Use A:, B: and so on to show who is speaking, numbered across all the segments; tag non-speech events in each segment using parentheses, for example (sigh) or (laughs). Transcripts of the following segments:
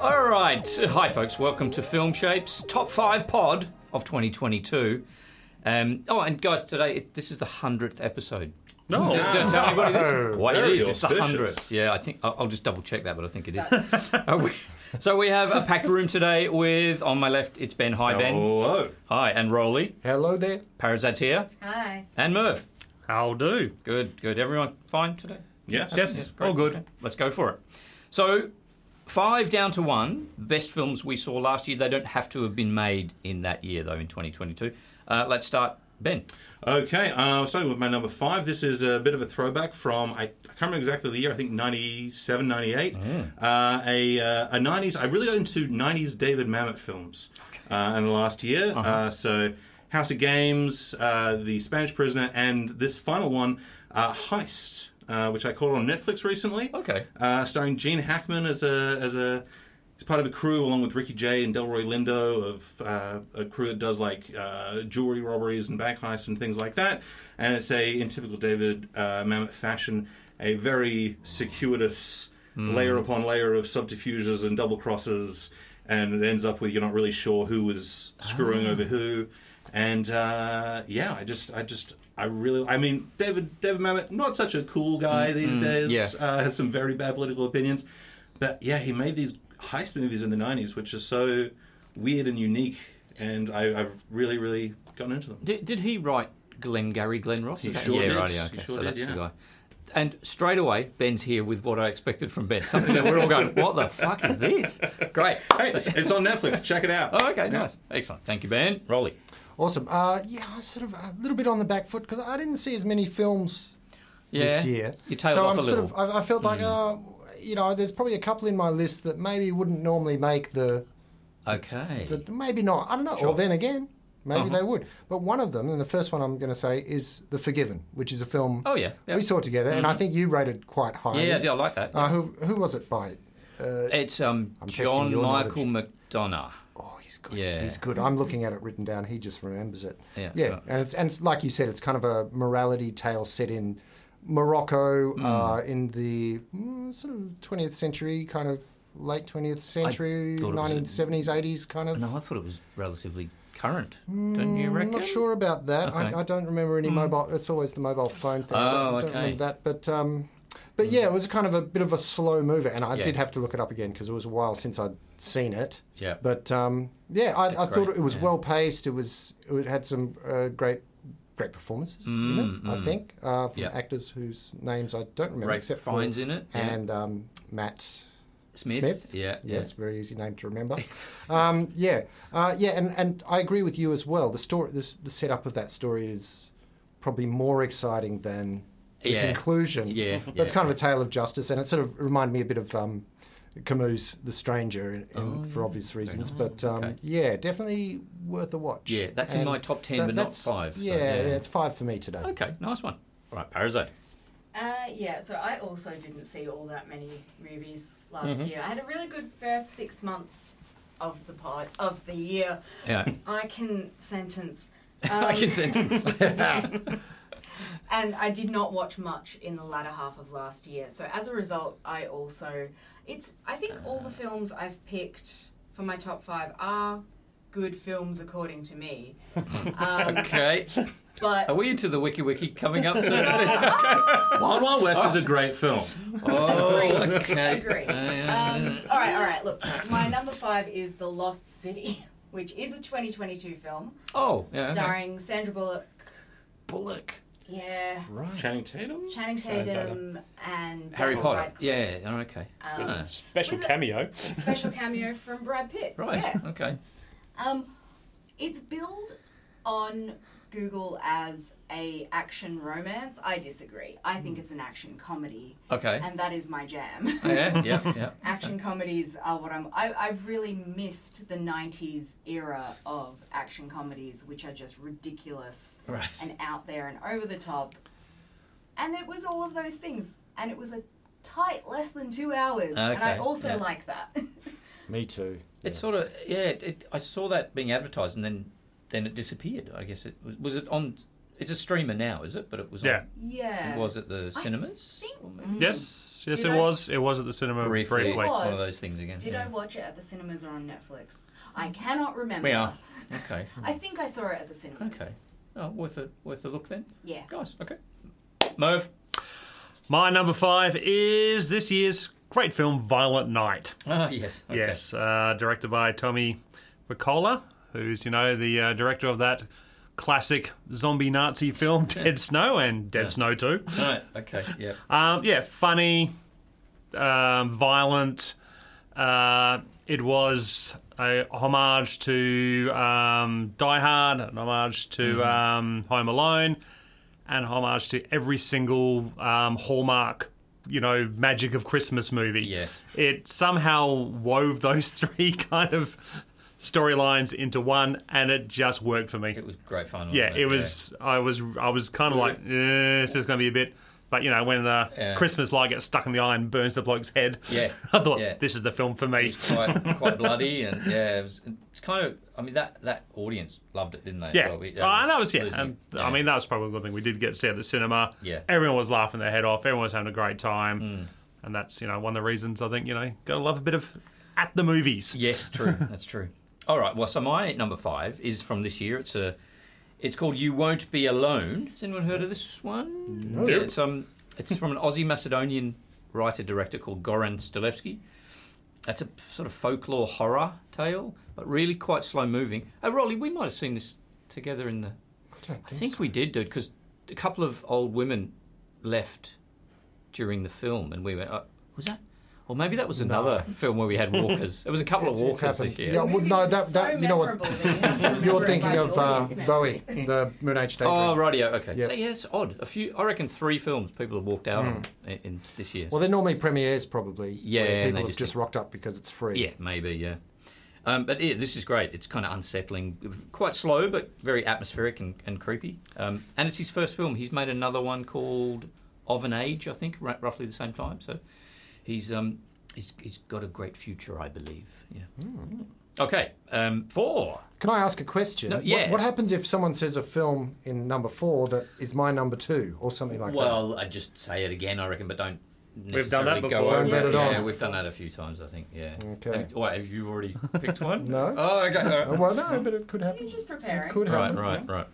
A: All right. Hi, folks. Welcome to Film Shapes Top 5 Pod of 2022. Um, oh, and guys, today it, this is the 100th episode.
B: Oh, No.
A: Don't- Don't tell anybody this. Why
B: Very
A: it is. It's the
B: auspicious.
A: 100th. Yeah, I think I'll, I'll just double check that, but I think it is. (laughs) Uh, we- so we have a packed room today with, on my left, it's Ben. Hi, Ben.
B: Hello.
A: Hi, and Rolly.
C: Hello there.
A: Parazat here.
D: Hi.
A: And Merv.
E: How do?
A: Good, good. Everyone fine today?
B: Yes.
E: Yes.
A: Great,
E: all good.
A: okay. Let's go for it. So, five down to one. Best films we saw last year. They don't have to have been made in that year, though, in 2022. Uh, let's start, Ben.
B: Okay, uh, starting with my number five. This is a bit of a throwback from, I, I can't remember exactly the year, I think 97, 98. Uh, a, uh, a 90s, I really got into 90s David Mamet films uh, in the last year. uh so House of Games, uh, The Spanish Prisoner, and this final one, uh, Heist, uh, which I caught on Netflix recently.
A: Okay.
B: uh, starring Gene Hackman as a as a as part of a crew along with Ricky Jay and Delroy Lindo of uh, a crew that does like uh, jewelry robberies and bank heists and things like that. And it's a in typical David uh, Mamet fashion, a very circuitous layer upon layer of subterfuges and double crosses, and it ends up with you're not really sure who was screwing over who. And uh, yeah, I just, I just, I really, I mean, David, David Mamet, not such a cool guy these days
A: yeah.
B: uh, has some very bad political opinions. But yeah, he made these heist movies in the 90s, which are so weird and unique. And I, I've really, really gotten into them.
A: Did, did he write Glenn Gary Glenn Ross? Is that-
B: sure
A: yeah,
B: did.
A: right.
B: He
A: Yeah, okay.
B: sure
A: so
B: did,
A: that's the
B: yeah.
A: guy. And straight away, Ben's here with what I expected from Ben. Something that we're all going, what the fuck is this? Great.
B: Hey, it's, it's on Netflix. Check it out.
A: Oh, okay, nice. Excellent. Thank you, Ben. Rolly.
C: Awesome. Uh, yeah, I sort of a little bit on the back foot because I didn't see as many films this year.
A: You tailed
C: so
A: off
C: I'm
A: a little. Hmm.
C: Sort of, I, I felt like, uh, you know, there's probably a couple in my list that maybe wouldn't normally make the,
A: okay.
C: the maybe not. I don't know.
A: Sure. Uh-huh.
C: Or then again, maybe they would. But one of them, and the first one I'm going to say is The Forgiven, which is a film
A: Oh, yeah, yeah.
C: we saw together, and I think you rated quite highly.
A: yeah, I do- I like that.
C: Uh, who who was it by? Uh,
A: it's um,
C: testing
A: John
C: your
A: Michael McDonough.
C: Oh, he's good.
A: Yeah.
C: He's good. I'm looking at it written down. He just remembers it.
A: Yeah.
C: Yeah. And it's and it's like you said, it's kind of a morality tale set in Morocco
A: Mm.
C: uh, in the mm, sort of 20th century, kind of late 20th century,
A: thought it was a-
C: 1970s, 80s kind of.
A: No, I thought it was relatively current. Don't you
C: I'm
A: reckon?
C: Mm, not sure about that.
A: Okay. Mm.
C: I, I don't remember any mobile. It's always the mobile phone thing. I
A: Oh, okay.
C: don't,
A: Mm.
C: don't remember that. But um, but yeah, it was kind of a bit of a slow mover, and I
A: Yeah.
C: did have to look it up again because it was a while since I'd seen it.
A: Yeah.
C: But um, yeah, I, I thought
A: great,
C: it was
A: yeah.
C: well paced. It was it had some uh, great great performances. in it, I think uh, from
A: Mm, Yeah.
C: actors whose names I don't remember
A: Ralph
C: except
A: Fiennes
C: for
A: in it, yeah.
C: and um, Matt.
A: Smith.
C: Smith.
A: Yeah.
C: Yeah,
A: Yeah.
C: it's a very easy name
A: (laughs)
C: to remember. Um, yeah, uh, yeah, and, and I agree with you as well. The story, this, the setup of that story is probably more exciting than the
A: Yeah.
C: conclusion.
A: Yeah,
C: but
A: yeah.
C: it's kind of a tale of justice, and it sort of reminded me a bit of um, Camus' The Stranger, in, in, for obvious reasons. But um,
A: Oh, Okay.
C: yeah, definitely worth a watch.
A: Yeah, that's in my top 10, but not
C: that's-
A: five, so
C: Yeah,
A: yeah.
C: yeah. it's five for me today.
A: Okay. Nice one. All right, Parasite.
D: Uh, yeah, so I also didn't see all that many movies last
A: Mm-hmm.
D: year. I had a really good first six months of the pod of the year.
A: Yeah.
C: (laughs)
A: (laughs)
D: I can sentence.
A: I
D: um,
A: can sentence.
D: (laughs)
C: (laughs)
D: and I did not watch much in the latter half of last year. So as a result, I also it's I think all
A: Uh.
D: the films I've picked for my top five are good films according
A: (laughs)
D: to me. Um,
A: okay.
D: but
A: Are we into the wiki wiki coming up
C: (laughs)
A: soon? (laughs)
B: Wild Wild West is a great film. (laughs)
A: oh, okay. Uh,
D: Agree.
A: Yeah, yeah,
D: Um,
A: yeah.
D: all right, all right. Look, my number five is The Lost City, (laughs) which is a 2022 film
A: oh, yeah. okay.
D: starring Sandra Bullock,
C: Bullock.
D: yeah,
C: Right.
B: Channing Tatum?
D: Channing
E: Channing
D: Tatum, and
A: Harry
D: Daniel
A: Potter.
D: Radcliffe.
A: Yeah. yeah, Okay.
D: Um,
A: Ah,
E: (laughs) Special
D: With a-
E: cameo.
D: (laughs) Special cameo from Brad Pitt.
A: right.
D: Yeah.
A: Okay.
D: Um, it's billed on Google as a action romance. I disagree. I
A: Hmm.
D: think it's an action comedy,
A: Okay.
D: and that is my jam.
A: Oh,
D: (laughs)
A: yeah. Yeah. Yeah.
D: action comedies are what I'm. I, I've really missed the '90s era of action comedies, which are just ridiculous
A: Right.
D: and out there and over the top. And it was all of those things, and it was a tight less than two hours, and I
A: Okay,
D: also
A: yeah.
D: like that. (laughs)
C: Me too.
A: It's sort of yeah. It, it, I saw that being advertised, and then then it disappeared. I guess it was was it on. It's a streamer now, is it? But it was.
E: Yeah.
A: On,
D: Yeah.
A: it was at the
D: I
A: cinemas.
D: think-
A: Or maybe-
E: Yes, yes,
D: Did
E: it
D: I-
E: was. It was at the cinema
A: briefly,
E: briefly.
D: It was.
A: one of those things again.
D: Did
A: yeah.
D: I watch it at the cinemas or on Netflix? I cannot remember.
A: We are. Okay.
D: I think I saw it at the cinemas.
A: Okay. Oh, worth a worth a look then,
D: Yeah.
A: guys. Okay. Merv.
E: My number five is this year's great film, Violent Night.
A: Ah, yes. Okay.
E: Yes, uh, directed by Tommy Ricola, who's you know the uh, director of that classic zombie Nazi film Dead Snow and Dead Snow Two.
A: All right. Okay. Yeah.
E: Um, yeah, funny, um, violent. Uh, it was a homage to um, Die Hard, an homage to um, Home Alone, and a homage to every single um, hallmark, you know, magic of Christmas movie.
A: Yeah.
E: It somehow wove those (laughs) three kind of storylines into one, and it just worked for me.
A: It was great fun. wasn't
E: Yeah, it was. I was. I was kind of like, eh, this is going to be a bit. But you know, when the
A: Yeah.
E: Christmas light gets stuck in the eye and burns the bloke's head,
A: Yeah,
E: (laughs) I thought
A: yeah.
E: this is the film for
A: It
E: me.
A: was quite quite bloody and yeah, it was, it's kind of. I mean that that audience loved it, didn't they?
E: Yeah,
A: Well, we- um,
E: Oh, and that was yeah.
A: losing-
E: And,
A: yeah.
E: I mean, that was probably a good thing. We did get to see it at the cinema.
A: Yeah. Hmm.
E: everyone was laughing their head off. Everyone was having a great time, and that's you know one of the reasons I think you know gotta love a bit of at the movies.
A: Yes, true. (laughs) That's true. All right. Well, so my number five is from this year. It's a, it's called "You Won't Be Alone." Has anyone heard of this one?
C: No.
A: Yeah, it's um, it's from an Aussie Macedonian writer director called Goran Stilevsky. That's a sort of folklore horror tale, but really quite slow moving. Oh, Rolly, we might have seen this together in the
C: I don't
A: I
C: think,
A: think
C: so.
A: we did, dude, because a couple of old women left during the film, and we went, oh, was that? Or maybe that was another film where we had walkers. It was a couple
C: (laughs) It's-
A: of
C: it's
A: walkers
C: happened.
A: this year.
C: Yeah, well,
D: Maybe
C: no,
D: it's
C: that-
D: so
C: that- you know what-
D: memorable that you have to
C: (laughs)
D: remember
C: You're
D: it
C: thinking
D: by the
C: of uh,
D: audience now.
A: (laughs)
C: Bowie, the Moon Age Daydream.
A: Oh, rightio. Okay.
C: Yeah.
A: So yeah, it's odd. A few, I reckon, three films people have walked out on in, in this year.
C: Hmm. Well, they're normally premieres, probably.
A: Yeah,
C: where
A: and
C: people
A: they
C: have
A: just
C: just,
A: think-
C: rocked up because it's free.
A: yeah, maybe. Yeah. Um, but yeah, this is great. It's kind of unsettling, quite slow, but very atmospheric and, and creepy. Um, and it's his first film. He's made another one called Of an Age, I think, r- roughly the same time. So he's um, he's, he's got a great future, I believe. Yeah.
C: Hmm.
A: Okay. Um, four.
C: Can I ask a question?
A: No,
C: What-
A: yes.
C: What, happens if someone says a film in number four that is my number two or something like that?
A: Well, I just say it again, I reckon, but don't.
E: We've done
A: necessarily
E: that
A: go
E: before.
A: over
C: Don't let it
A: Yeah,
C: on.
A: we've done that a few times, I think. Yeah.
C: Okay.
A: Have, wait, have you
C: (laughs)
A: already picked one?
C: No.
A: Oh, okay. all right.
C: Oh, well, no, but it could happen.
D: You're just eh?
C: It
D: preparing.
C: could
A: Right,
C: happen.
A: right, right.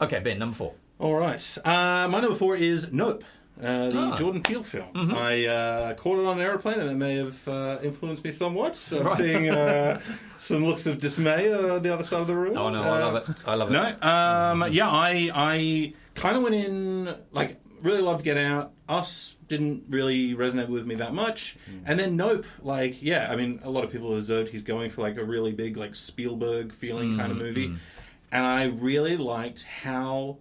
A: Okay, Ben, number four.
B: All right. Uh, my number four is Nope, uh, the
A: Ah.
B: Jordan Peele film. I uh, caught it on an airplane, and that may have uh, influenced me somewhat. So I'm
A: Right.
B: seeing uh,
A: (laughs)
B: some looks of dismay uh, on the other side of the room.
A: Oh no,
B: Uh,
A: I love it. I love it.
B: No, um, yeah, I I kind of went in like really loved Get Out. Us didn't really resonate with me that much,
A: Hmm.
B: and then Nope, like yeah, I mean a lot of people have observed he's going for like a really big like Spielberg feeling
A: Hmm,
B: kind of movie, and I really liked how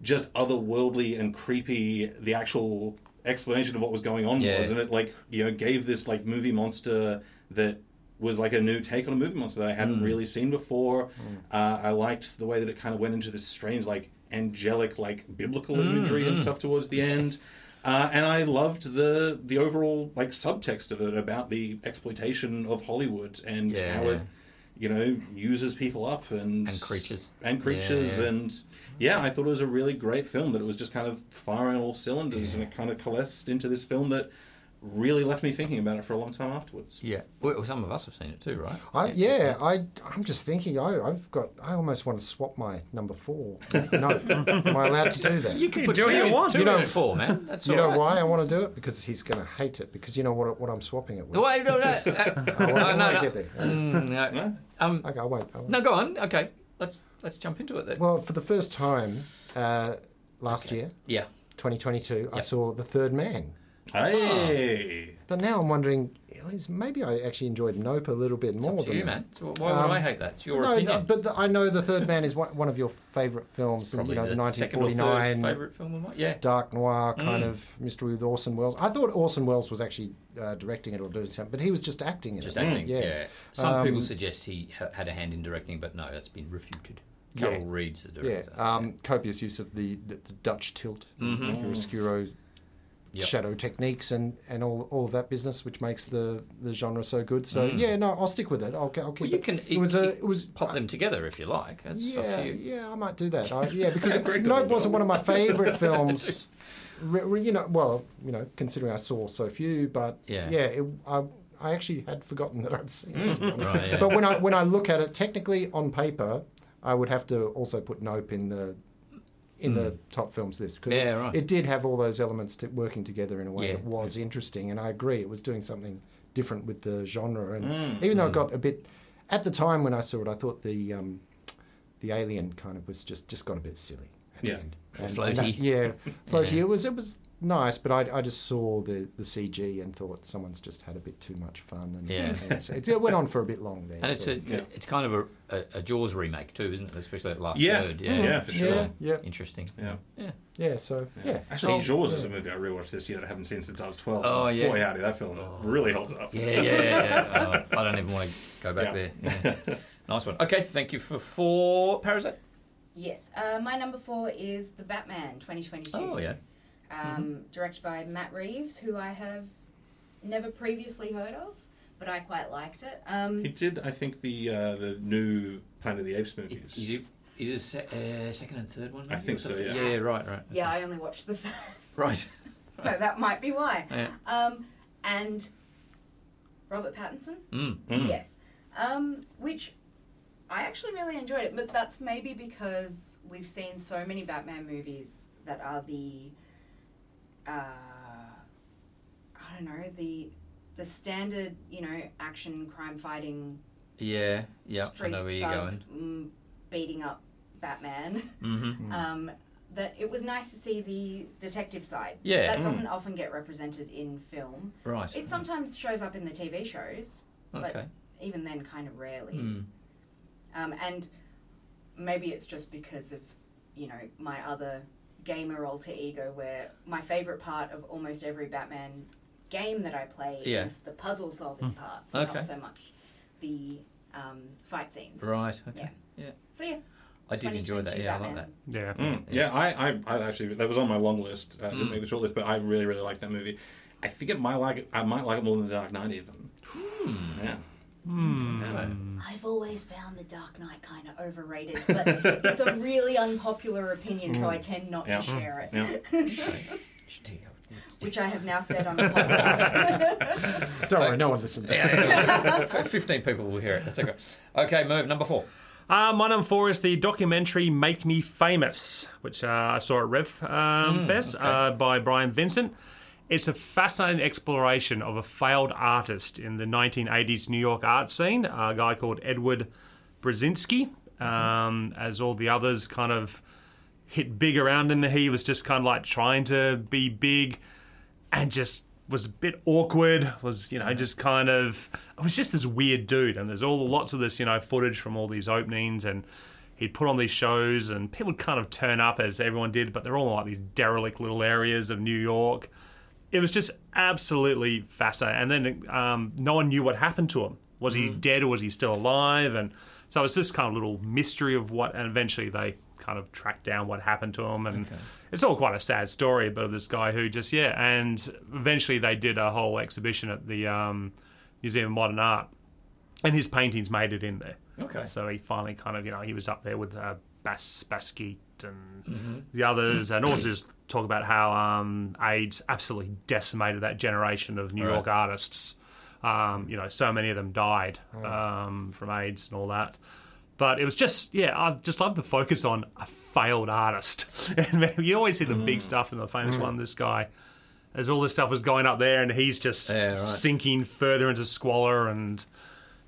B: just otherworldly and creepy the actual explanation of what was going on
A: Yeah.
B: was, and it like you know gave this like movie monster that was like a new take on a movie monster that I
A: Mm.
B: hadn't really seen before. Uh, I liked the way that it kind of went into this strange like angelic like biblical
A: Mm,
B: imagery and stuff towards the end. Uh, and I loved the the overall like subtext of it about the exploitation of Hollywood and
A: Yeah,
B: how
A: yeah.
B: it you know uses people up and
A: And creatures.
B: and creatures
A: Yeah, yeah.
B: and yeah I thought it was a really great film that it was just kind of firing all cylinders and it kind of coalesced into this film that really left me thinking about it for a long time afterwards.
A: Yeah. Well, some of us have seen it too, right?
C: I, yeah, I, I'm just thinking. I, I've got. I almost want to swap my number
A: (laughs)
C: four. no, am I allowed to do that?
A: You can put
E: do what
A: two
E: you
A: in-
E: want.
A: Two
C: You know-
A: and four, man. That's
C: You
A: all
C: know
A: right.
C: why I want to do it? Because he's going to hate it. Because you know what? What I'm swapping it with.
A: Wait, no, no,
C: (laughs)
A: uh,
C: I
A: (laughs)
C: won't,
A: no,
C: I
A: no,
C: won't
A: no.
C: get there.
A: Mm, no.
B: No?
A: Um,
C: Okay, I won't. I won't.
A: no, go on. Okay, let's let's jump into it then.
C: Well, for the first time uh, last year,
A: yeah.
C: 2022, I
A: Yep.
C: saw The Third Man.
B: Ah. Hey,
C: But now I'm wondering, oh, is maybe I actually enjoyed Nope a little bit
A: It's
C: more
A: up to
C: than
A: you,
C: that.
A: man. So why would
C: Um,
A: I hate that? It's your
C: no,
A: opinion.
C: no, but the, I know The Third Man is one, one of your favourite films, and, you
A: Probably
C: know, the
A: the second or
C: 1949
A: third favorite film of mine. Yeah. Mm.
C: dark noir kind of mystery with Orson Welles. I thought Orson Welles was actually uh, directing it or doing something, but he was just acting in
A: Just
C: it.
A: acting. Yeah.
C: yeah.
A: Some
C: Um,
A: people suggest he ha- had a hand in directing, but no, that's been refuted. Carol
C: Yeah.
A: Reed's the
C: Yeah,
A: director.
C: um, copious use of the, the, the Dutch tilt, your oscuro
A: Mm-hmm. Yep.
C: shadow techniques and, and all, all of that business, which makes the, the genre so good. So yeah, no, I'll stick with it. I'll, I'll keep
A: Mm. Well, you
C: it.
A: can
C: it was a it was
A: pop them together if you like. That's up
C: Uh, yeah,
A: to you.
C: yeah, I might do that. I,
A: (laughs)
C: yeah, because
B: Great
C: no, it
B: little
C: wasn't one of my favourite films. Re, re- you know, well, you know, considering I saw so few, but
A: Yeah.
C: it, I, I actually had forgotten that I'd seen it. to be honest.
A: Mm. (laughs) Right, yeah.
C: But when I when I look at it, technically on paper, I would have to also put Nope in the in the top films list because
A: Mm. Yeah, right.
C: it did have all those elements to working together in a way
A: Yeah.
C: that was interesting, and I agree it was doing something different with the genre. And
A: Mm,
C: even though it got a bit at the time when I saw it, I thought the um, the alien kind of was just just got a bit silly. At
B: Yeah.
C: the end.
A: Or
C: that-
A: floaty. (laughs)
C: yeah, floaty.
A: Yeah.
C: It was it was nice, but I, I just saw the, the CG and thought someone's just had a bit too much fun. And,
A: Yeah.
C: and (laughs) it's- it's- it went on for a bit long there.
A: And it's a,
B: Yeah.
A: it's kind of a, a, a Jaws remake too, isn't it? Especially that last
B: Yeah.
A: third.
B: Mm. Yeah, for sure.
C: Yeah, yeah.
A: Interesting.
B: Yeah.
A: Yeah.
C: yeah. So yeah,
B: Actually,
A: Oh,
B: Jaws is a movie I rewatched this year that I haven't seen since I was 12.
A: Oh, yeah. Oh.
B: Boy, howdy, that film really holds up.
A: Yeah, yeah,
B: (laughs)
A: yeah. Oh, I don't even want to go back
B: Yeah.
A: there.
B: (laughs)
A: Yeah. nice one. Okay, thank you for four. Parasite?
D: Yes, uh, my number four is The Batman 2022.
A: Oh, yeah.
B: Mm-hmm.
D: um, directed by Matt Reeves, who I have never previously heard of, but I quite liked it. Um,
B: He did, I think, the uh, the new Planet of the Apes movies.
A: Is it, is it uh, second and third one?
B: I
A: maybe,
B: think
A: or
B: so,
A: something?
B: yeah.
A: Yeah, right, right.
D: yeah, I only watched the (laughs) first,
A: Right.
D: so that might be why.
A: Yeah.
D: Um, and Robert Pattinson,
A: Mm.
B: Mm.
D: yes, um, which I actually really enjoyed it, but that's maybe because we've seen so many Batman movies that are the, uh, I don't know, the the standard, you know, action crime fighting
A: Yeah, yeah. I
D: street
A: know where you're
D: thug,
A: going.
D: mm, beating up Batman.
A: hmm
D: Um, that it was nice to see the detective side.
A: Yeah.
D: that
B: Mm.
D: doesn't often get represented in film.
A: Right.
D: It sometimes shows up in the TV shows, but-
A: Okay.
D: even then, kind of rarely.
A: Mm.
D: Um, and maybe it's just because of you know my other gamer alter ego, where my favorite part of almost every Batman game that I play
A: Yeah.
D: is the puzzle solving parts,
A: Okay.
D: not so much the um, fight scenes.
A: Right, okay.
D: Yeah. So yeah,
A: I did enjoy that.
D: 2022
A: Yeah, I like that.
D: Batman.
E: Yeah.
B: Mm. Yeah, I, I, I actually that was on my long list. I didn't
A: Mm.
B: make the short list, but I really, really liked that movie. I think it might like it. I might like it more than The Dark Knight even. Yeah.
A: Hmm.
E: Hmm.
A: Right.
B: Mm.
D: I've always found The Dark Knight kind of overrated, but it's a really unpopular opinion, so I tend not
B: Yeah.
D: to share it.
B: (laughs)
A: Gee, I would-
D: Which I have now said on the podcast.
C: don't worry, no one listens.
A: Yeah, yeah. F- 15 people will hear it. That's okay. Okay, move number four.
E: Uh, my number four is the documentary Make Me Famous, which uh, I saw at Rev um, Fest uh, by Brian Vincent. It's a fascinating exploration of a failed artist in the 1980s New York art scene, a guy called Edward Brzezinski. Um, as all the others kind of hit big around him, he was just kind of like trying to be big and just was a bit awkward. Was you know just kind of I was just this weird dude. And there's all lots of this you know footage from all these openings, and he'd put on these shows, and people would kind of turn up as everyone did, but they're all in like these derelict little areas of New York. It was just absolutely fascinating. And then um, no one knew what happened to him. Was he dead or was he still alive? And so it's this kind of little mystery of what, and eventually they kind of track down what happened to him. And it's all quite a sad story, but of this guy who just, yeah. And eventually they did a whole exhibition at the um, Museum of Modern Art, and his paintings made it in there.
A: Okay.
E: So he finally kind of, you know, he was up there with uh, Bas Basquiat and
A: Mm-hmm.
E: the others, and also just talk about how um, AIDS absolutely decimated that generation of New
A: Right.
E: York artists. Um, you know, so many of them died
A: Mm.
E: um, from AIDS and all that. But it was just, yeah, I just love the focus on a failed artist. (laughs) and you always see the
A: Mm.
E: big stuff and the famous one. This guy, as all this stuff was going up there, and he's just
A: Yeah, right.
E: sinking further into squalor, and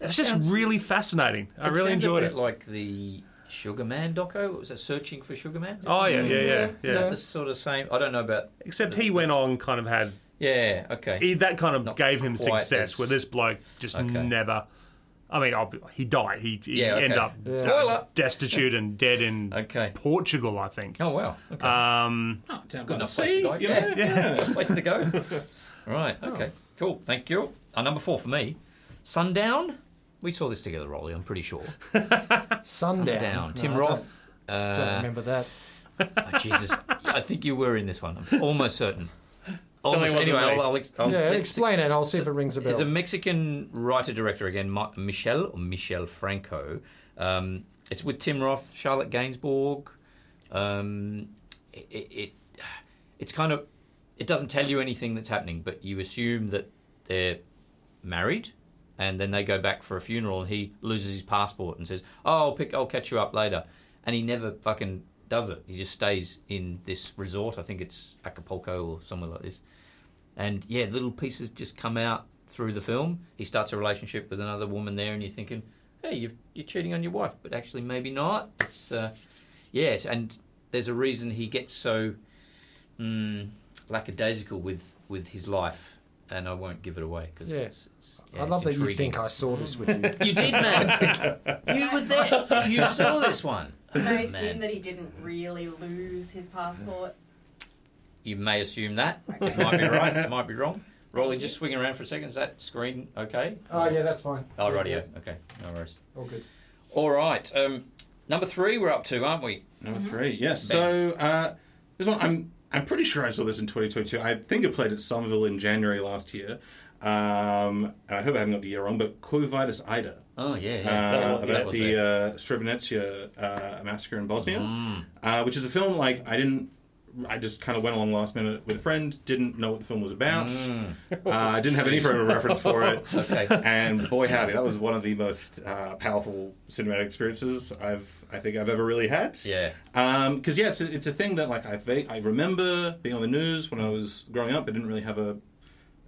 E: it was just
A: sounds-
E: really fascinating. I
A: It
E: really
A: sounds
E: enjoyed
A: a
E: it.
A: bit like the Sugar Man doco. What was it? Searching for Sugar Man?
E: Oh yeah, yeah, yeah,
C: Yeah,
E: yeah.
A: Is that the sort of same? I don't know about.
E: Except he went on, kind of had
A: Yeah, okay.
E: he, that kind of
A: Not
E: gave him
A: quite
E: success.
A: as-
E: Where this bloke just
A: Okay.
E: never. I mean, ob- he died. He, he
A: Yeah, okay.
E: ended up
A: Yeah.
E: uh,
A: Spoiler.
E: destitute and dead in
A: (laughs) Okay.
E: Portugal, I think.
A: Oh, wow. Okay.
E: Um,
B: Oh, down
A: Good
B: by the
A: enough place to
B: sea.
A: go.
B: you know?
A: Yeah, (laughs) place to
E: (laughs)
A: go. right,
E: Oh.
A: okay. Cool, thank you. Uh, number four for me Sundown. We saw this together, Rolly, I'm pretty sure.
C: (laughs) Sundown.
A: Down. Tim
C: No, I don't-
A: Roth.
C: Don't,
A: uh,
C: remember that.
E: (laughs)
A: Oh, Jesus. Yeah, I think you were in this one. I'm almost certain. Almost,
E: wasn't
A: anyway,
E: me.
A: I'll, I'll, ex- I'll
C: yeah,
A: let's-
C: explain it. I'll see if it rings a bell.
A: There's a Mexican writer director again, Mi- Michelle or Michelle Franco. Um, it's with Tim Roth, Charlotte Gainsbourg. Um, it, it, it it's kind of it doesn't tell you anything that's happening, but you assume that they're married, and then they go back for a funeral, and he loses his passport and says, "Oh, I'll pick, I'll catch you up later," and he never fucking does it. He just stays in this resort. I think it's Acapulco or somewhere like this. And yeah, little pieces just come out through the film. He starts a relationship with another woman there, and you're thinking, hey, you've, you're cheating on your wife, but actually maybe not. It's uh, yes, and there's a reason he gets so mm, lackadaisical with with his life, and I won't give it away because
C: Yeah.
A: it's, it's yeah,
C: I love that
A: it's
C: you
A: intriguing.
C: think I saw this
A: (laughs)
C: with you.
A: you did,
C: (laughs)
A: man. you were there. You saw this one.
D: Can I assume
A: Man.
D: that he didn't really lose his passport?
A: You may assume that. It might be right. It might be wrong. Rolly, just swing around for a second. Is that screen okay?
C: oh yeah, that's fine.
A: Oh, radio. Okay, no worries.
C: All good.
A: All right. Um, number three, we're up to, aren't we?
B: Number three, yes. So uh, this one, I'm I'm pretty sure I saw this in 2022. I think I played at Somerville in January last year, um, and I hope I haven't got the year wrong. But Quo Vadis Ida,
A: Oh yeah,
B: uh,
A: yeah.
B: about
A: it.
B: the uh, Srebrenica uh, massacre in Bosnia,
A: Mm.
B: uh, which is a film like I didn't. I just kind of went along last minute with a friend. Didn't know what the film was about.
A: Mm.
B: Uh, I didn't have any frame of reference
A: (laughs)
B: for it.
A: Okay.
B: (laughs) And boy howdy, that was one of the most uh, powerful cinematic experiences I've I think I've ever really had.
A: Yeah.
B: Because Um, yeah, it's a, it's a thing that like I va- I remember being on the news when I was growing up. I didn't really have a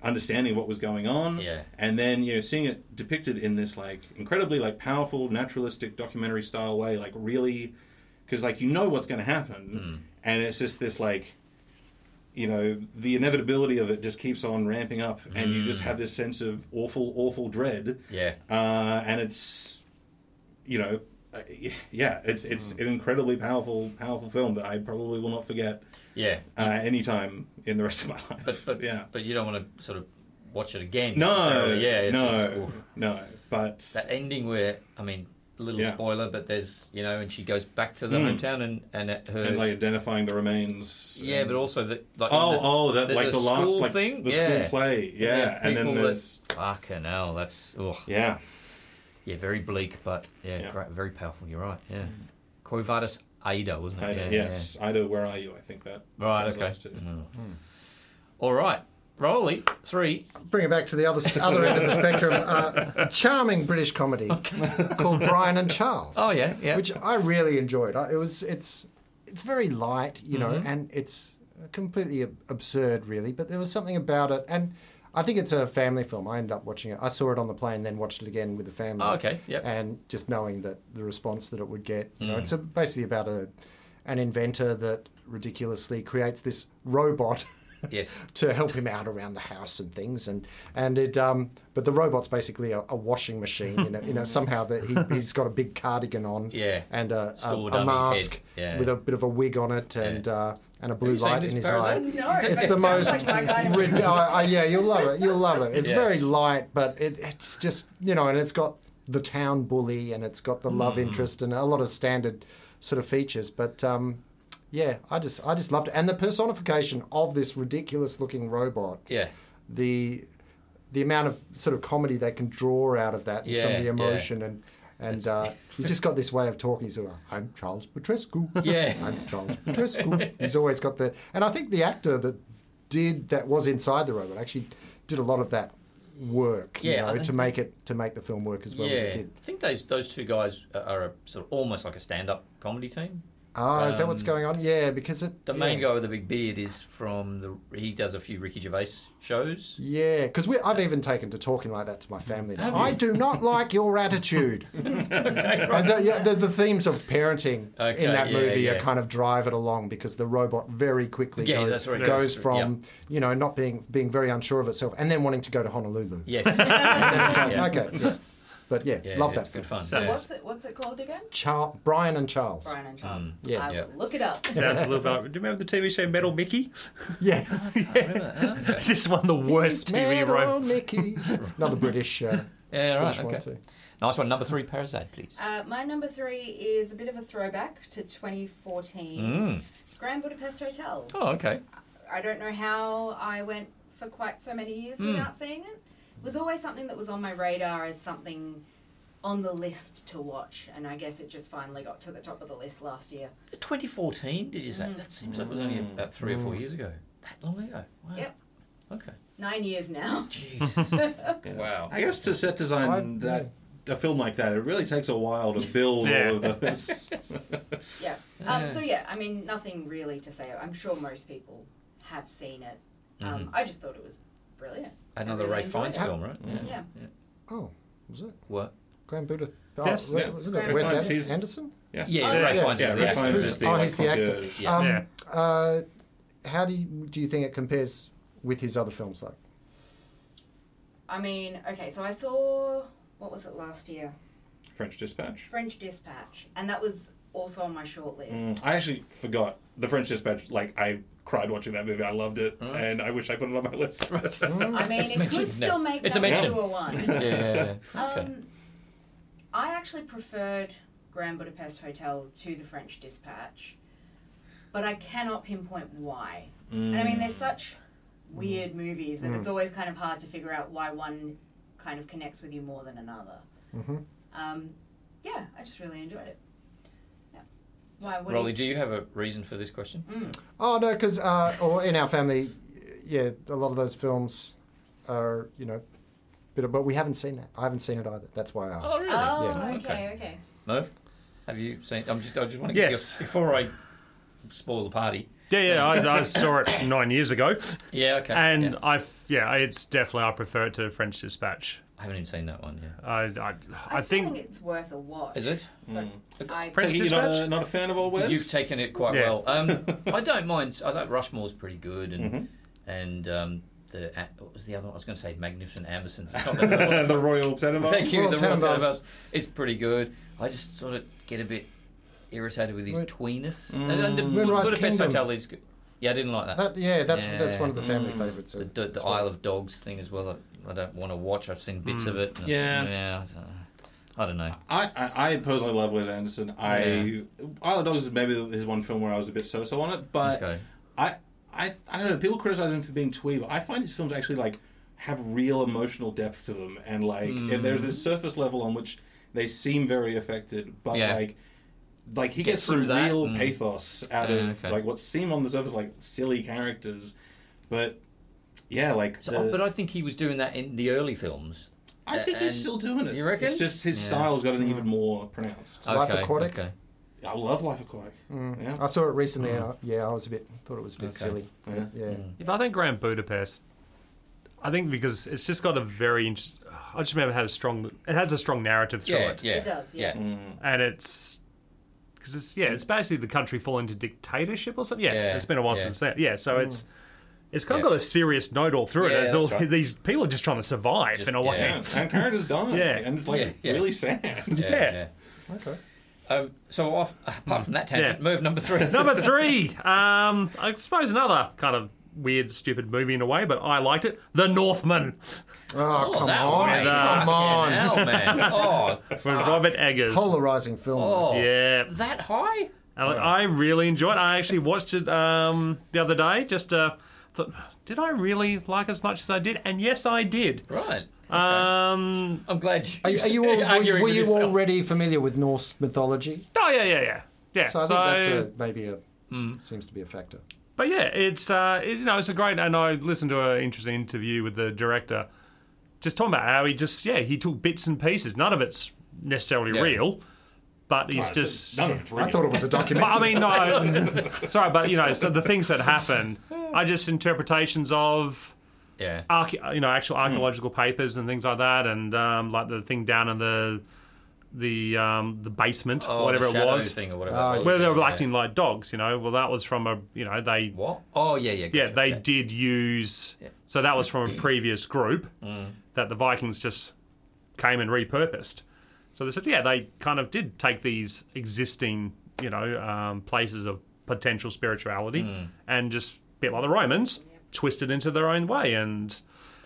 B: understanding of what was going on.
A: Yeah.
B: And then you know seeing it depicted in this like incredibly like powerful naturalistic documentary style way, like really, because like you know what's going to happen, and it's just this like. You know the inevitability of it just keeps on ramping up, and you just have this sense of awful, awful dread
A: Yeah.
B: uh, and it's you know uh, yeah it's
A: Mm.
B: it's an incredibly powerful powerful film that I probably will not forget
A: Yeah.
B: uh, any time in the rest of my life.
A: Mm. But but
B: yeah,
A: but you don't want to sort of watch it again.
B: no,
A: necessarily. Yeah. It's,
B: no,
A: it's- oof.
B: no. But
A: that ending where I mean, little
B: Yeah.
A: spoiler, but there's you know, and she goes back to the
B: Mm.
A: hometown and and at her.
B: and like identifying the remains.
A: yeah,
B: and-
A: but also that like in
B: oh
A: the,
B: oh that
A: there's
B: like
A: a
B: the last
A: school
B: like
A: thing?
B: the
A: Yeah.
B: school play yeah, and then
A: people
B: there's
A: that, fucking hell, that's oh
B: yeah
A: yeah, very bleak, but yeah,
B: Yeah.
A: Great, very powerful. You're right. Yeah. Quo Vadis Ada, wasn't it?
B: Ida,
A: yeah, yeah.
B: yes Ida where are you I think that
A: Right, okay.
B: translates to.
A: Mm. All right. Rolly, three.
C: Bring it back to the other other end of the spectrum. Uh, charming British comedy called Brian and Charles.
A: Oh, yeah, yeah.
C: which I really enjoyed. I- It was it's it's very light, you know,
A: Mm-hmm.
C: and it's completely ab- absurd, really. But there was something about it, and I think it's a family film. I ended up watching it. I saw it on the plane, then watched it again with the family.
A: Oh, okay, yep. Mm.
C: And just knowing that the response that it would get, you know, it's a, basically about a an inventor that ridiculously creates this robot. (laughs)
A: Yes.
C: to help him out around the house and things. And and it, um, but the robot's basically a, a washing machine. You know, you know somehow that he, he's got a big cardigan on,
A: (laughs) Yeah.
C: and a, a,
A: Stored
C: a
A: under his
C: mask
A: head. Yeah.
C: with a bit of a wig on it, and uh, and a blue
A: you seen
C: light
A: this
C: in his
A: Parasite?
C: eye.
A: No.
C: It's the
D: Oh, Sounds
C: most.
D: like my kind of-
C: rid- I- I- yeah, you'll love it. You'll love it. It's
A: Yes.
C: very light, but it, it's just you know, and it's got the town bully, and it's got the love interest, and a lot of standard sort of features. But um, yeah, I just I just loved it, and the personification of this ridiculous looking robot.
A: Yeah.
C: The the amount of sort of comedy they can draw out of that, and some
A: Yeah,
C: of the
A: yeah.
C: emotion, and and uh, he's just got this way of talking. Sort of, I'm Charles Petrescu.
A: Yeah.
C: (laughs) I'm Charles Petrescu. He's always got the, and I think the actor that did that was inside the robot actually did a lot of that work, you
A: Yeah, I
C: know, to
A: think-
C: make it to make the film work as well
A: yeah.
C: as it did.
A: I think those those two guys are- are a, sort of almost like a stand up comedy team.
C: Ah, is that what's
A: Um,
C: going on? Yeah, because it
A: The
C: yeah.
A: main guy with the big beard is from the. He does a few Ricky Gervais
C: (laughs)
A: shows.
C: Yeah, because I've even taken to talking like that to my family. Now.
A: Have
C: I
A: you?
C: do not like
A: (laughs)
C: your attitude.
A: okay,
C: And
A: right.
C: so, yeah, the, the themes of parenting
A: Okay,
C: in that
A: yeah,
C: movie are
A: yeah.
C: kind of drive it along because the robot very quickly
A: Yeah,
C: go-
A: that's right.
C: goes
A: Yes.
C: from you know not being being very unsure of itself and then wanting to go to Honolulu.
A: Yes.
C: (laughs) And then it's
A: (laughs)
C: like,
A: Yeah.
C: okay, yeah. but yeah,
A: Yeah,
C: love
A: it's
C: that.
A: good
C: film.
A: fun.
E: So
A: yeah.
D: What's it? What's it called again?
C: Char- Brian and Charles.
D: Brian and Charles.
C: yeah.
D: I'll
A: Yeah.
D: Look it up.
E: Sounds a little bit. Do you remember the TV show Metal Mickey?
C: (laughs)
E: (laughs)
C: Yeah,
A: (laughs)
E: Just one of the worst TV
C: Metal
E: rom.
C: Mickey. (laughs) Another British. Uh,
A: yeah, right.
C: British one
A: Okay.
C: too.
A: Nice one. Number three, Parasite, please.
D: Uh, my number three is a bit of a throwback to 2014.
A: Mm.
D: Grand Budapest Hotel.
A: Oh, okay.
D: I don't know how I went for quite so many years
A: Mm.
D: without seeing it. It was always something that was on my radar as something on the list to watch, and I guess it just finally got to the top of the list last year.
A: 2014, did you say? That seems like it was only
E: Mm.
A: about three or four years ago. That long ago? Wow.
D: Yep.
A: Okay. Mm-hmm.
D: Nine years now. (laughs)
A: (laughs) Jeez.
B: Yeah.
A: Wow.
B: I guess to set design
C: I'd-
B: that a film like that, it really takes a
A: (laughs)
B: while to build all
E: Yeah.
B: of those.
D: Yeah. Um,
A: Yeah.
D: So yeah, I mean, nothing really to say. I'm sure most people have seen it. Um,
A: Mm-hmm.
D: I just thought it was brilliant.
A: Another
D: really
A: Ray Fiennes
D: enjoyed
A: film, right?
D: Yeah.
C: Oh, was it
A: What?
C: Grand Buddha? Oh,
E: Yes.
C: wa-
B: Yeah.
C: was it
D: Grand
C: Wes
B: Buddha.
C: Ander-
B: He's-
C: Anderson?
A: Yeah,
D: Oh,
A: Ray
C: yeah.
A: Fiennes
B: yeah,
A: is the
B: Ray Fiennes
A: actor.
B: is the
C: Oh,
B: like,
C: he's the actor.
B: concierge.
A: Yeah.
C: Um,
E: Yeah.
C: Uh, how do you, do you think it compares with his other films? Like,
D: I mean, okay, so I saw what was it last year?
B: French Dispatch.
D: French Dispatch, and that was also on my short list.
B: Mm, I actually forgot the French Dispatch. Like I cried watching that movie. I loved it, and I wish I put it on my
A: (laughs)
B: list. Mm.
D: I mean,
A: It's
D: it
A: mentioned,
D: could
A: no.
D: still make
A: It's
D: it's
A: a
D: that a
A: mention.
D: two or
A: (laughs) (laughs)
D: one.
A: Yeah.
D: (laughs)
A: Okay.
D: Um, I actually preferred Grand Budapest Hotel to the French Dispatch, but I cannot pinpoint why. And I mean,
A: Hmm.
D: they're such weird movies that it's always kind of hard to figure out why one kind of connects with you more than another.
A: Mm-hmm.
C: Mhm.
D: Um, yeah, I just really enjoyed it. Yeah. Why would
A: Rolly, do you have a reason for this question?
C: oh no, because uh, or in our family, yeah, a lot of those films are you know, bit of, but we haven't seen that. I haven't seen it either. That's why I asked.
A: Oh, really?
D: Oh,
A: Yeah.
D: okay, okay.
A: Merv, have you seen? I'm just. I just want to
E: Yes.
A: get your, before I spoil the party.
E: Yeah, yeah, I, I saw it nine years ago,
A: Yeah. Okay.
E: and
A: yeah.
E: I, yeah, it's definitely I prefer it to French Dispatch.
A: I haven't even seen that one. Yeah.
E: I, I,
D: I,
E: I
D: still think,
E: think
D: it's worth a watch.
A: Is it? Hmm.
D: But I,
E: French
B: You're not a,
E: Dispatch?
B: not a fan of all Wes?
A: You've taken
B: (laughs)
A: it quite
E: Yeah.
A: well.
C: (laughs)
A: Um, I don't mind. I like Rushmore's pretty good, and
B: Mm-hmm.
A: and um, the a- what was the other one? I was going to say Magnificent Ambersons. It's
B: (laughs)
A: not that one.
B: the Royal
A: (laughs)
B: Tenenbaums.
A: Thank you.
C: Royal
A: The Royal
C: Tenenbaums.
A: Tenenbaums. It's pretty good. I just sort of get a bit irritated with his
C: Moon-
A: tweeness.
B: Mm.
A: And, and the
C: Moonrise
A: Budapest
C: Kingdom.
A: Hotel is good. Yeah, I didn't like that.
C: That, yeah, that's that's
A: Yeah. Mm.
C: one of the family favourites.
A: the, the, the Isle of Dogs thing as well. I, I don't want to watch. I've seen bits of it. and I-
B: Mm. Yeah.
A: yeah. I don't- I don't know.
B: I, I, I personally love Wes Anderson. I
A: Yeah.
B: Isle of Dogs is maybe his one film where I was a bit so so on it, but
A: Okay.
B: I, I I don't know. People criticize him for being twee, but I find his films actually like have real emotional depth to them, and like
A: Mm.
B: and there's this surface level on which they seem very affected, but
A: Yeah.
B: like. Like he
A: Get
B: gets some
A: through that
B: real
A: and-
B: pathos out
A: Yeah,
B: of
A: okay.
B: like what seem on the surface like silly characters, but yeah, like
A: So, uh,
B: the-
A: but I think he was doing that in the early films.
B: I, think
A: and-
B: he's still doing it.
A: You reckon?
B: It's just his
A: Yeah. Mm.
B: style's gotten even more pronounced.
C: Life
A: okay,
C: Aquatic?
A: Okay.
B: I love Life Aquatic. Yeah.
C: I saw it recently, and I, yeah, I was a bit thought it was a bit
A: Mm. Okay. Mm.
C: silly.
B: Yeah.
C: Yeah,
E: if I think Grand Budapest, I think because it's just got a very interest. I just remember it had a strong. It has a strong narrative through
A: Yeah,
E: it,
A: yeah.
D: It does, yeah.
B: Mm.
E: and it's because it's yeah, it's basically the country falling into dictatorship or something. Yeah,
A: Yeah,
E: it's been a while
A: yeah.
E: since that. Yeah, so it's. It's kind of
A: Yeah.
E: got a serious note all through
A: Yeah,
E: it. It's
A: that's
E: all,
A: right.
E: These people are just trying to survive
A: Just-
E: in a way.
A: yeah.
B: Yeah, and characters die.
E: Yeah.
B: And it's like
A: Yeah, yeah.
B: really sad.
A: (laughs) Yeah.
E: Yeah.
C: okay.
A: yeah. Um, so off, apart from that tangent,
E: Yeah.
A: move number three.
E: (laughs) Number three, um, I suppose another kind of weird, stupid movie in a way, but I liked it. The Northman
C: Oh,
A: Oh,
C: come
A: that
C: on,
A: one.
C: come
A: Fucking
C: on!
A: hell, man. Oh,
E: from
B: Uh,
E: Robert Eggers.
C: Polarizing film.
A: oh.
E: Yeah.
A: That high?
E: And, like, I really enjoyed it. I actually watched it um, the other day. Just uh, thought, did I really like it as much as I did? And yes, I did.
A: Right.
E: Um,
A: I'm glad. You,
C: Are, you- are you all, were,
A: arguing
C: were
A: with
C: you
A: yourself.
C: already familiar with Norse mythology?
E: oh, yeah, yeah, yeah. Yeah,
C: So I think that's a, maybe a
A: hmm.
C: seems to be a factor.
E: But yeah, it's uh, it, you know it's a great, and I listened to an interesting interview with the director, just talking about how he just yeah he took bits and pieces. None of it's necessarily
A: Yeah.
E: real, but he's
B: It's
E: just.
B: none of it's real.
C: I thought it was a
E: but I
C: documentary.
E: mean, no,
B: (laughs)
E: sorry, but you know, so the things that happen are just interpretations of,
A: Yeah.
E: arche- you know, actual
A: Hmm.
E: archaeological papers and things like that, and um, like the thing down in the the um, the basement,
A: Oh,
E: whatever
A: the
E: it
A: shadow
E: was,
A: Thing or whatever.
C: Oh,
A: it was.
E: where they were
A: Yeah.
E: acting like dogs. You know, well, that was from a you know they
A: What? Oh, yeah, yeah.
E: yeah,
A: gotcha,
E: they
A: okay.
E: did use. So that was from a previous group that the Vikings just came and repurposed. So they said, yeah, they kind of did take these existing, you know, um, places of potential spirituality
A: Hmm.
E: and just a bit like the Romans, twisted into their own way. And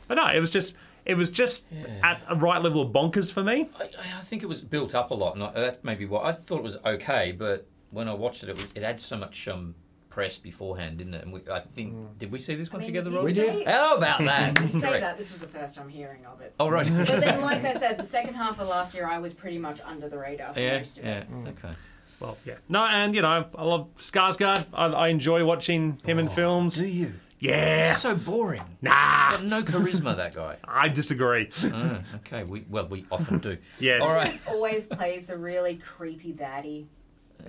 E: but no, it was just. It was just at a right level of bonkers for me.
A: I, I- I think it was built up a lot, and I, that's maybe what I thought it was okay. But when I watched it, it, was, it had so much um, press beforehand, didn't it? And we, I think did we see this
D: Mm. I
A: one
D: mean,
A: together,
D: you
A: Rob?
C: did.
D: say-
A: How about that?
D: (laughs) You say
A: Correct.
D: that this is the first I'm hearing of it.
A: Oh right.
D: (laughs) But then, like I said, the second half of last year, I was pretty much under the radar for
A: yeah,
D: most of
A: yeah.
D: it.
A: Okay.
E: Well, yeah. No, and you know, I love Skarsgård. I, I enjoy watching him in films.
A: Oh, Do you?
E: Yeah.
A: So (laughs) boring.
E: Nah,
A: Got no charisma, that guy.
E: I disagree. (laughs)
A: Oh, okay. We well, we often do.
E: Yes.
A: All right.
D: He always plays the really creepy baddie.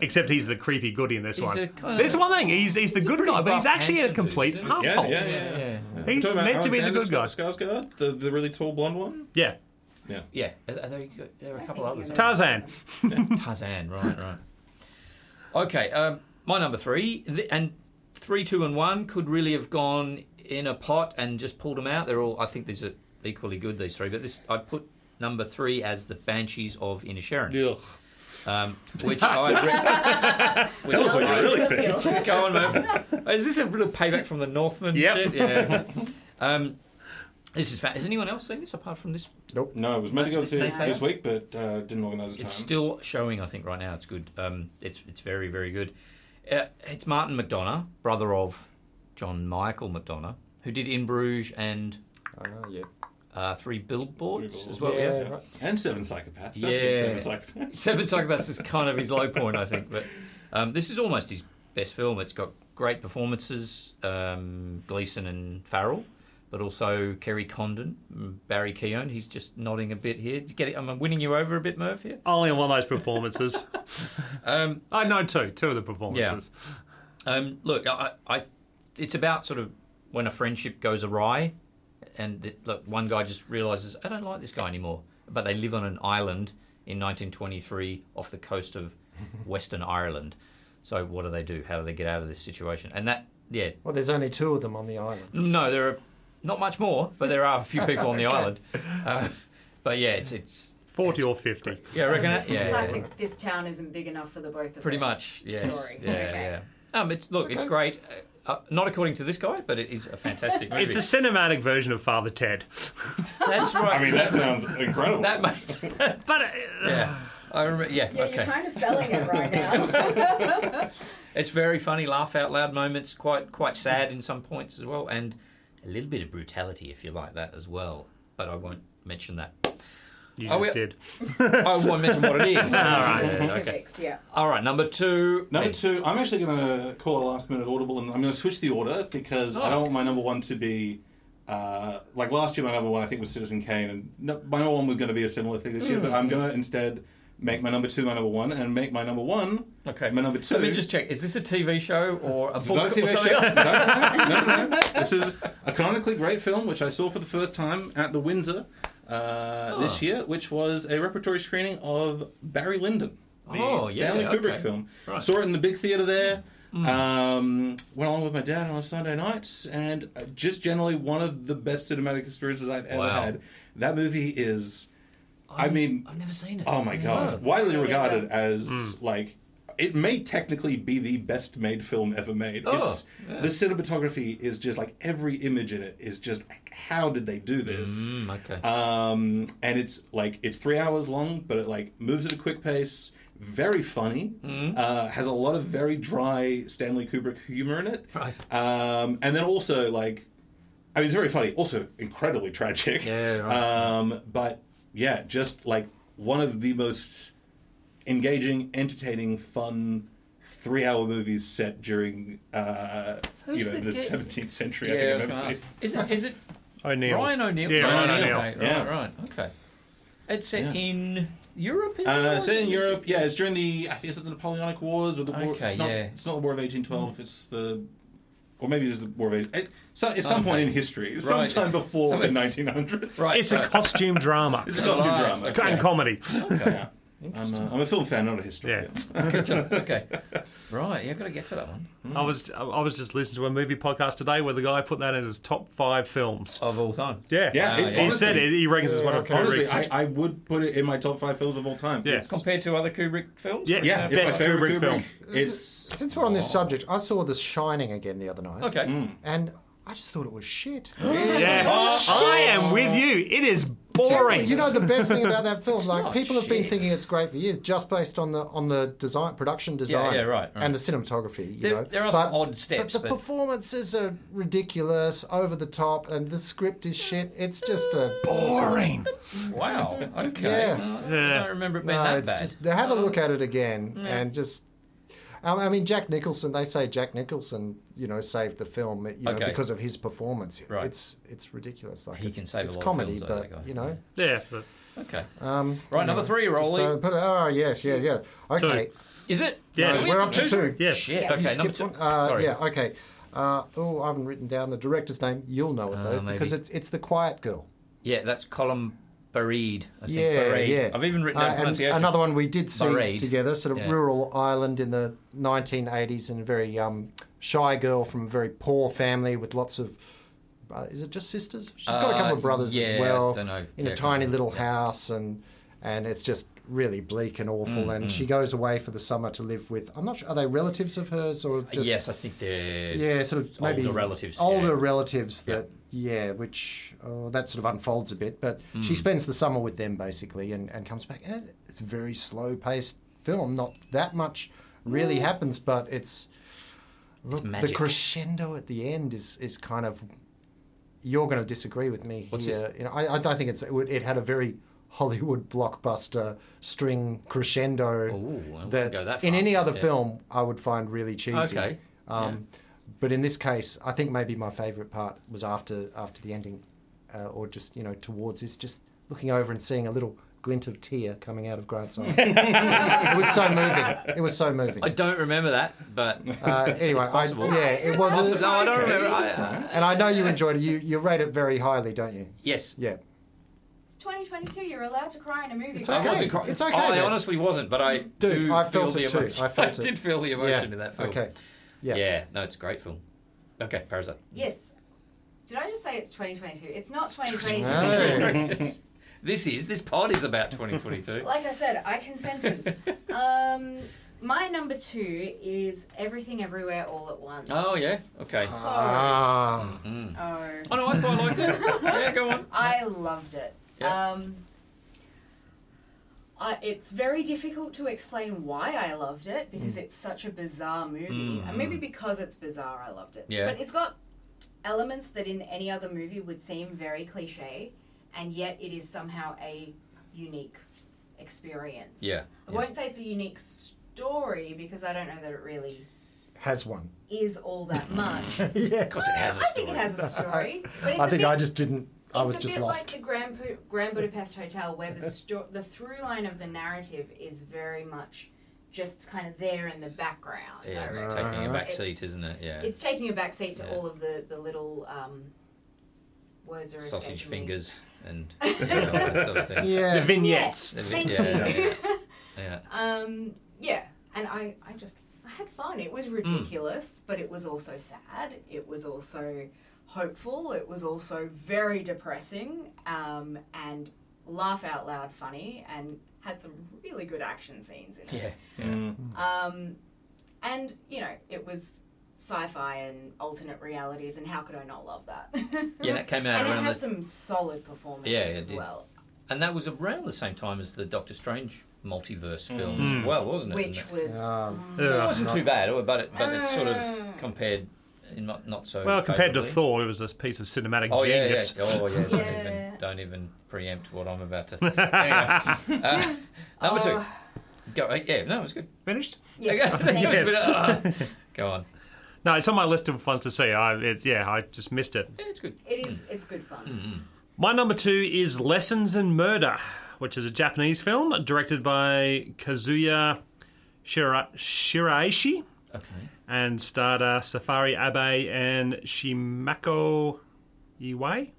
E: Except he's the creepy goody in this
A: He's
E: one.
A: a kind
E: This
A: of-
E: one thing, he's he's the good
A: pretty
E: guy, but he's
A: rough,
E: actually a
A: handsome dude,
E: complete
A: isn't he?
E: asshole.
B: Yeah, yeah, yeah.
A: Yeah.
E: He's
B: Talking about
E: meant to be the
B: Alexander
E: good guy.
B: Skarsgård, the, the really tall blonde one.
E: Yeah.
A: Yeah. Are, are there, there are a
D: I
A: couple
D: think
A: others.
D: you know.
E: Tarzan.
A: Tarzan, right, right. Okay, um, my number three, th- and three, two, and one could really have gone in a pot and just pulled them out. They're all, I think these are equally good, these three, but this, I put number three as the Banshees of Inisherin, um, which I read.
B: Tell us what you really
A: (laughs)
B: think.
A: Go on, Murph. Is this a little payback from the Northman?
E: Yep.
A: shit? Yeah. (laughs) Um, this is fa- Has anyone else seen this apart from this
B: No, it was meant to go to
A: They say
B: this
A: that.
B: week, but uh, didn't organise the time.
A: It's still showing, I think, right now. It's good. Um, it's it's very very good. Uh, it's Martin McDonough, brother of John Michael McDonough, who did In Bruges and
C: I know, Oh, yeah.
A: uh, Three Billboards
B: Three
A: as
B: Billboards.
A: well. Yeah.
C: Yeah,
B: yeah.
C: right.
B: and seven psychopaths. Don't
A: Yeah.
B: forget seven (laughs)
A: (laughs)
B: psychopaths.
A: Seven Psychopaths is kind of his low point, I think. But um, this is almost his best film. It's got great performances, um, Gleason and Farrell. But also Kerry Condon, Barry Keoghan. He's just nodding a bit here. Get it? I'm winning you over a bit, Merv. Here.
E: Only in one of those
A: (laughs)
E: performances.
A: Um,
E: I know two, two of the performances.
A: Um, look, I, I, it's about sort of when a friendship goes awry, and that look, one guy just realizes I don't like this guy anymore. But they live on an island in 1923 off the coast of Western Ireland. So what do they do? How do they get out of this situation? And that, yeah,
C: Well, there's only two of them on the island.
A: no, there are not much more, but there are a few people on the
C: Okay.
A: island. Uh, but yeah, it's it's
E: Forty or fifty.
A: yeah, I reckon that,
D: Classic,
A: yeah, yeah, yeah.
D: this town isn't big enough for the both of
A: pretty
D: us.
A: much yes,
D: Story.
A: yeah,
D: Okay.
A: yeah. Um, it's look, it's great. Uh, uh, not according to this guy, but it is a fantastic movie.
E: It's a cinematic version of Father Ted. (laughs)
A: That's right.
B: I mean, that sounds
A: (laughs)
B: incredible.
A: that made. (laughs)
E: But uh,
A: yeah. I remember, yeah,
D: Yeah, you're
A: okay.
D: kind of selling it right
A: (laughs)
D: now.
A: It's very funny, laugh out loud moments, quite quite sad in some points as well, and a little bit of brutality if you like that as well. But I won't mention that.
E: you
A: Are
E: just
A: we-
E: did.
A: I won't mention what it
D: (laughs)
A: is.
E: All right.
A: Yeah, okay. (laughs)
D: Specifics, yeah.
A: All right, number two.
B: Number
A: Hey,
B: two, I'm actually going to call a last minute audible, and I'm going to switch the order because
A: Oh.
B: I don't want my number one to be uh, like last year. My number one, I think, was Citizen Kane, and no, my number one was going to be a similar thing
A: Hmm.
B: this year. But I'm going to instead make my number two my number one, and make my number one
A: Okay.
B: my number two.
A: Let me just check. Is this a TV show or a
B: Did I
A: book?
B: see
A: or
B: that
A: something?
B: shit? (laughs) No, no, no,
A: (laughs)
B: no, no. This is a canonically great film which I saw for the first time at the Windsor uh,
A: Ah.
B: this year, which was a repertory screening of Barry Lyndon, the
A: Oh, yeah,
B: Stanley Kubrick
A: okay.
B: film.
A: Right. Hmm.
B: Saw it in the big theater there. Um, went along with my dad on a Sunday night, and uh, just generally one of the best cinematic experiences I've ever
A: Wow.
B: had. That movie is, I mean,
A: I've never seen it.
B: Oh my god!
A: No.
B: Widely
D: Mm. Yeah.
B: regarded as like it may technically be the best made film ever made.
A: Oh,
B: it's
A: yeah.
B: the cinematography is just like every image in it is just like, how did they do this?
A: Mm, okay.
B: Um, and it's like it's three hours long, but it like moves at a quick pace. Very funny.
D: Mm.
B: Uh, has a lot of very dry Stanley Kubrick humor
D: (laughs)
B: in it.
A: Right.
B: Um, and then also like, I mean, it's very funny. Also incredibly tragic.
A: Yeah, right.
B: Um, but yeah, just like one of the most engaging, entertaining, fun. Three-hour movies set during, uh, you
A: Who's
B: know,
A: the
B: the
A: gay-
B: seventeenth century.
A: yeah,
B: I
A: I
B: think
A: was
B: I've
A: gonna
B: ever
A: ask.
B: seen.
A: Is it? Is it
E: O'Neill.
A: Ryan O'Neill?
E: Yeah,
A: right,
E: Ryan O'Neill.
A: Right,
B: Yeah.
A: right. Okay. It's set
B: Yeah.
A: in Europe. Is it, or
B: Uh,
A: is
B: set in
A: it-
B: Europe, yeah, it's during the I think it's the Napoleonic Wars or the war.
A: Okay,
B: it's, not,
A: yeah.
B: it's not the War of eighteen twelve. It's the or maybe it is the War of eighteen. It, so, at some point
A: Okay.
B: in history,
A: Right,
B: sometime
A: it's-
B: before
A: something-
B: the nineteen hundreds.
A: Right.
E: It's a
A: right. (laughs)
E: costume drama
B: it's a costume
A: Right,
B: drama.
A: okay. Mm-hmm.
E: and comedy.
A: Okay.
B: Yeah. I'm, uh, I'm a film fan, not a historian. (laughs)
A: Good job. Okay. Right. Yeah, I've got to get to that one.
E: I was I was just listening to a movie podcast today where the guy put that in his top five films.
A: Of all time.
E: Yeah,
B: Yeah,
A: it-
E: he said
B: honestly-
E: it. He reckons it's
C: Yeah,
E: one of
C: okay.
E: Kubrick's.
B: Honestly, I, I would put it in my top five films of all time.
E: Yeah.
B: It's-
A: Compared to other Kubrick films?
E: Yeah.
A: for
B: yeah, it's
A: example?
E: Best
B: my favorite
E: Kubrick
B: Kubrick.
E: film.
B: It's
C: Since we're on this subject, I saw The Shining again the other night.
A: Oh. Okay.
B: Mm.
A: (gasps)
C: And I just thought it was shit.
D: (laughs)
A: Oh,
E: yeah, I am with you. It is boring.
C: You know the best thing about that film, like
A: not
C: people have been
A: shit.
C: thinking it's great for years, just based on the on the design, production design,
A: yeah, right, right.
C: and the cinematography. You
A: There-
C: know,
A: there are some odd steps,
C: but the
A: but-
C: performances are ridiculous, over the top, and the script is shit. It's just a
E: boring.
A: Wow. Okay.
C: Yeah.
A: No, I
E: Uh,
A: don't remember it being
C: no,
A: that
C: it's
A: bad.
C: just have a look at it again and just. I I mean, Jack Nicholson. They say Jack Nicholson, you know, saved the film, you know,
A: Okay.
C: because of his performance.
A: Right.
C: It's it's ridiculous. Like
A: He
C: it's,
A: can save a
C: it's
A: lot of
C: comedy,
A: films, though, that
C: but
A: guy.
C: you know,
E: Yeah, but
A: Okay.
C: um,
A: Right,
C: you
A: number
C: know,
A: three,
C: just,
A: Rolly.
C: uh, put, oh yes, yes, yes. Okay,
A: Is it?
E: Yes.
A: Are we
C: we're up to two.
E: yes.
A: Shit.
D: Yeah.
A: Okay.
C: You
A: number
C: skipped
A: two.
C: one? Uh,
A: Sorry.
C: Yeah, okay. Uh, oh, I haven't written down the director's name. You'll know it
A: Uh,
C: though,
A: maybe.
C: because it's it's the Quiet Girl.
A: Yeah, that's column Bareed. I think.
C: yeah,
A: Bareed.
C: yeah.
A: I've even written
C: Uh,
A: down
C: and
A: pronunciation.
C: Another one we did see
A: Bahrain.
C: together, sort of
A: Yeah.
C: rural Ireland in the 1980s, and a very um, shy girl from a very poor family with lots of. Uh, is it just sisters? She's got a
A: Uh,
C: couple of brothers
A: yeah,
C: as well.
A: dunno.
C: In
A: Yeah,
C: a tiny
A: couple,
C: little
A: yeah.
C: house, and and it's just really bleak and awful.
A: Mm,
C: and she goes away for the summer to live with. I'm not sure. Are they relatives of hers or just?
A: Uh, yes, I think they're.
C: Yeah, sort of maybe
A: older relatives,
C: older
A: yeah.
C: relatives that yeah, which oh, that sort of unfolds a bit. But she
A: Mm.
C: spends the summer with them basically, and, and comes back. And it's- it's a very slow paced film. Not that much really happens, but it's look, the
A: Mm. magic.
C: crescendo at the end is is kind of you're going to disagree with me
A: What's
C: here. You know, I, I don't think it's it, would- it had a very Hollywood blockbuster string crescendo
A: Ooh, I wouldn't
C: that,
A: go that
C: in
A: far,
C: any
A: but
C: other
A: yeah.
C: film I would find really cheesy.
A: Okay,
C: Um, But in this case, I think maybe my favourite part was after after the ending, uh, or just you know towards this, just looking over and seeing a little glint of tear coming out of Grant's eye.
B: (laughs)
C: it was so moving. It was so moving.
A: I don't remember that, but
C: Uh, (laughs) anyway, I,
A: possible.
C: yeah, it
D: It's
C: was.
A: Also, no, I don't
D: okay.
A: remember. I, uh,
C: And I know you enjoyed it. You you rate it very highly, don't you?
A: yes,
C: Yeah.
D: It's 2022. You're allowed to cry in a movie.
C: It's
D: right?
A: I
C: okay.
A: wasn't. Cry-
C: It's okay,
A: I
C: man.
A: honestly wasn't, but I do
C: I
A: feel
C: felt
A: the
C: it too.
A: emotion.
C: I
A: (laughs)
C: felt it.
A: did feel the emotion
C: yeah.
A: in that film.
C: Okay.
A: Yeah.
C: Yeah.
A: No, it's a great film. Okay, Parasite.
D: Yes. Did I just say it's 2022? It's not 2022.
C: Hey.
A: (laughs) this is this pod is about 2022.
D: Like I said, I can sentence. um, my number two is Everything Everywhere All at Once.
A: oh yeah. Okay.
C: Uh, Ah.
A: Mm.
D: Oh.
A: Oh no, I quite liked it. yeah, go on.
D: (laughs) I loved it.
A: Yeah.
D: Um, I, it's very difficult to explain why I loved it because it's such a bizarre movie.
A: Mm.
D: And maybe because it's bizarre, I loved it.
A: Yeah.
D: But it's got elements that in any other movie would seem very cliche, and yet it is somehow a unique experience.
A: Yeah,
D: I
A: yeah.
D: won't say it's a unique story because I don't know that it really
C: Has one.
D: is all that much. I
C: (laughs) yeah.
A: Of course, it has a
D: think
A: story.
D: it has
A: (laughs)
D: a story. but it's
C: I
D: a
C: think
D: bit
C: I just didn't. I
D: it's
C: was
D: a
C: just
D: bit
C: lost.
D: like the Grand, Bu- Grand Budapest Hotel, where the sto- the through line of the narrative is very much just kind of there in the background. I
A: Yeah, it's
D: reckon.
A: taking a back
D: It's-
A: seat, isn't it? Yeah.
D: It's taking a backseat to
A: Yeah.
D: all of the the little um, words or
A: Sausage
D: (laughs)
A: fingers and you know, that sort (laughs) of thing.
E: the
C: yeah.
E: vignettes.
A: Yeah.
D: Thank
A: Yeah,
D: you. (laughs)
A: Yeah.
D: um, yeah, and I I just I had fun. It
A: Hmm.
D: was ridiculous, but it was also sad. It was also hopeful. It was also very depressing. Um, and laugh out loud funny and had some really good action scenes in it.
A: Yeah.
B: Mm.
D: Um, and you know, it was sci-fi and alternate realities, and how could I not love that?
A: Yeah,
D: (laughs)
A: that came out
D: and it
A: around
D: had
A: the,
D: some solid performances
A: Yeah, it
D: as
A: did.
D: well,
A: and that was around the same time as the Doctor Strange multiverse film as well, wasn't it?
D: which
A: And
D: was
C: Um,
A: it
E: Yeah.
A: wasn't too bad, oh, but it, but it sort of
D: Mm.
A: compared in not, not so
E: Well, compared to
A: favourably.
E: Thor, it was this piece of cinematic
A: Oh yeah, yeah.
E: genius.
A: Oh yeah. Don't,
D: Yeah.
A: Even, don't even preempt what I'm about
E: (laughs)
A: to. Anyway, uh, number two. Go. uh, Yeah. No, it was good.
E: Finished?
D: Oh. yes,
A: Okay, (laughs)
D: thank
A: it was a
D: you.
A: bit of, uh,
E: (laughs)
A: go on.
E: No, it's on my list of ones to see. I, it, yeah, I just missed it.
A: Yeah, it's good.
D: It is. It's good fun.
A: Mm.
E: My number two is Lessons in Murder, which is a Japanese film directed by Kazuya Shira- Shiraishi
A: Okay.
E: and starred uh, Safari Abe and Shimako Iwai.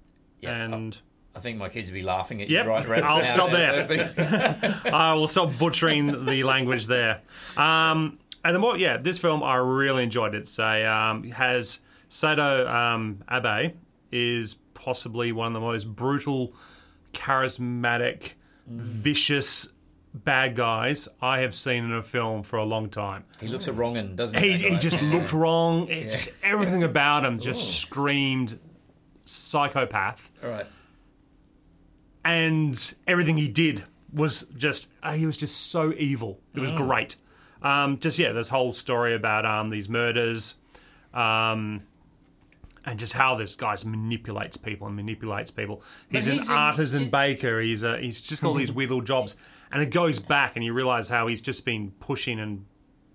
A: Yeah, oh.
E: and
A: I think my kids would be laughing at
E: Yep,
A: you right around
E: I'll
A: now.
E: stop I will stop butchering the language there. Um, and the more, yeah, this film I really enjoyed. It's a um, has Sato um, Abe is possibly one of the most brutal, charismatic, vicious bad guys I have seen in a film for a long time.
A: he looks a wrong un, doesn't
E: He,
A: that
E: he
A: guy?
E: just
A: Yeah.
E: looked wrong. It just everything about him just screamed psychopath.
A: All right.
E: and everything he did was just uh, he was just so evil. It
A: Oh.
E: was great. Um, just yeah, this whole story about um, these murders, um, and just how this guy manipulates people and manipulates people. He's an
A: he's in-
E: artisan baker. He's a, he's just got all
A: (laughs)
E: these weird little jobs, and it goes back, and you realise how he's just been pushing and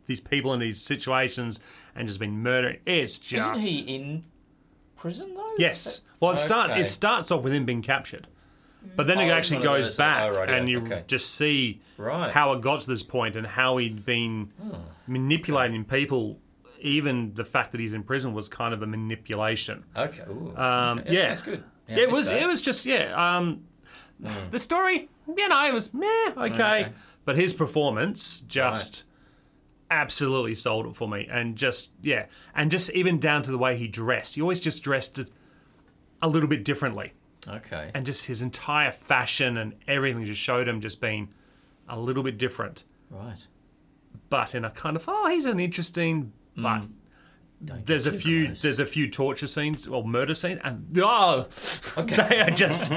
E: these people in these situations and just been murdering. It's just
A: Isn't he in prison though?
E: Yes. Well, it start
A: Okay.
E: it starts off with him being captured, but then it
A: Oh,
E: actually
A: it's one of
E: goes
A: those,
E: back,
A: oh, right,
E: and
A: yeah,
E: you
A: okay.
E: just see
A: Right. Hmm.
E: how it got to this point and how he'd been manipulating people. Even the fact that he's in prison was kind of a manipulation.
A: Okay. Ooh,
E: Um,
A: okay. That
E: yeah.
A: sounds good. Yeah, I
E: it
A: missed
E: was.
A: that.
E: It was just yeah. Um, The story, you know, it was meh, okay,
A: Okay.
E: but his performance just absolutely sold it for me, and just yeah, and just even down to the way he dressed. He always just dressed a little bit differently,
A: okay.
E: and just his entire fashion and everything just showed him just being a little bit different,
A: Right.
E: but in a kind of oh, he's an interesting but.
A: Don't get
E: There's a
A: too
E: few
A: close.
E: there's a few torture scenes or murder scenes and oh
A: (laughs)
E: (laughs)
A: Okay.
E: they are (laughs) just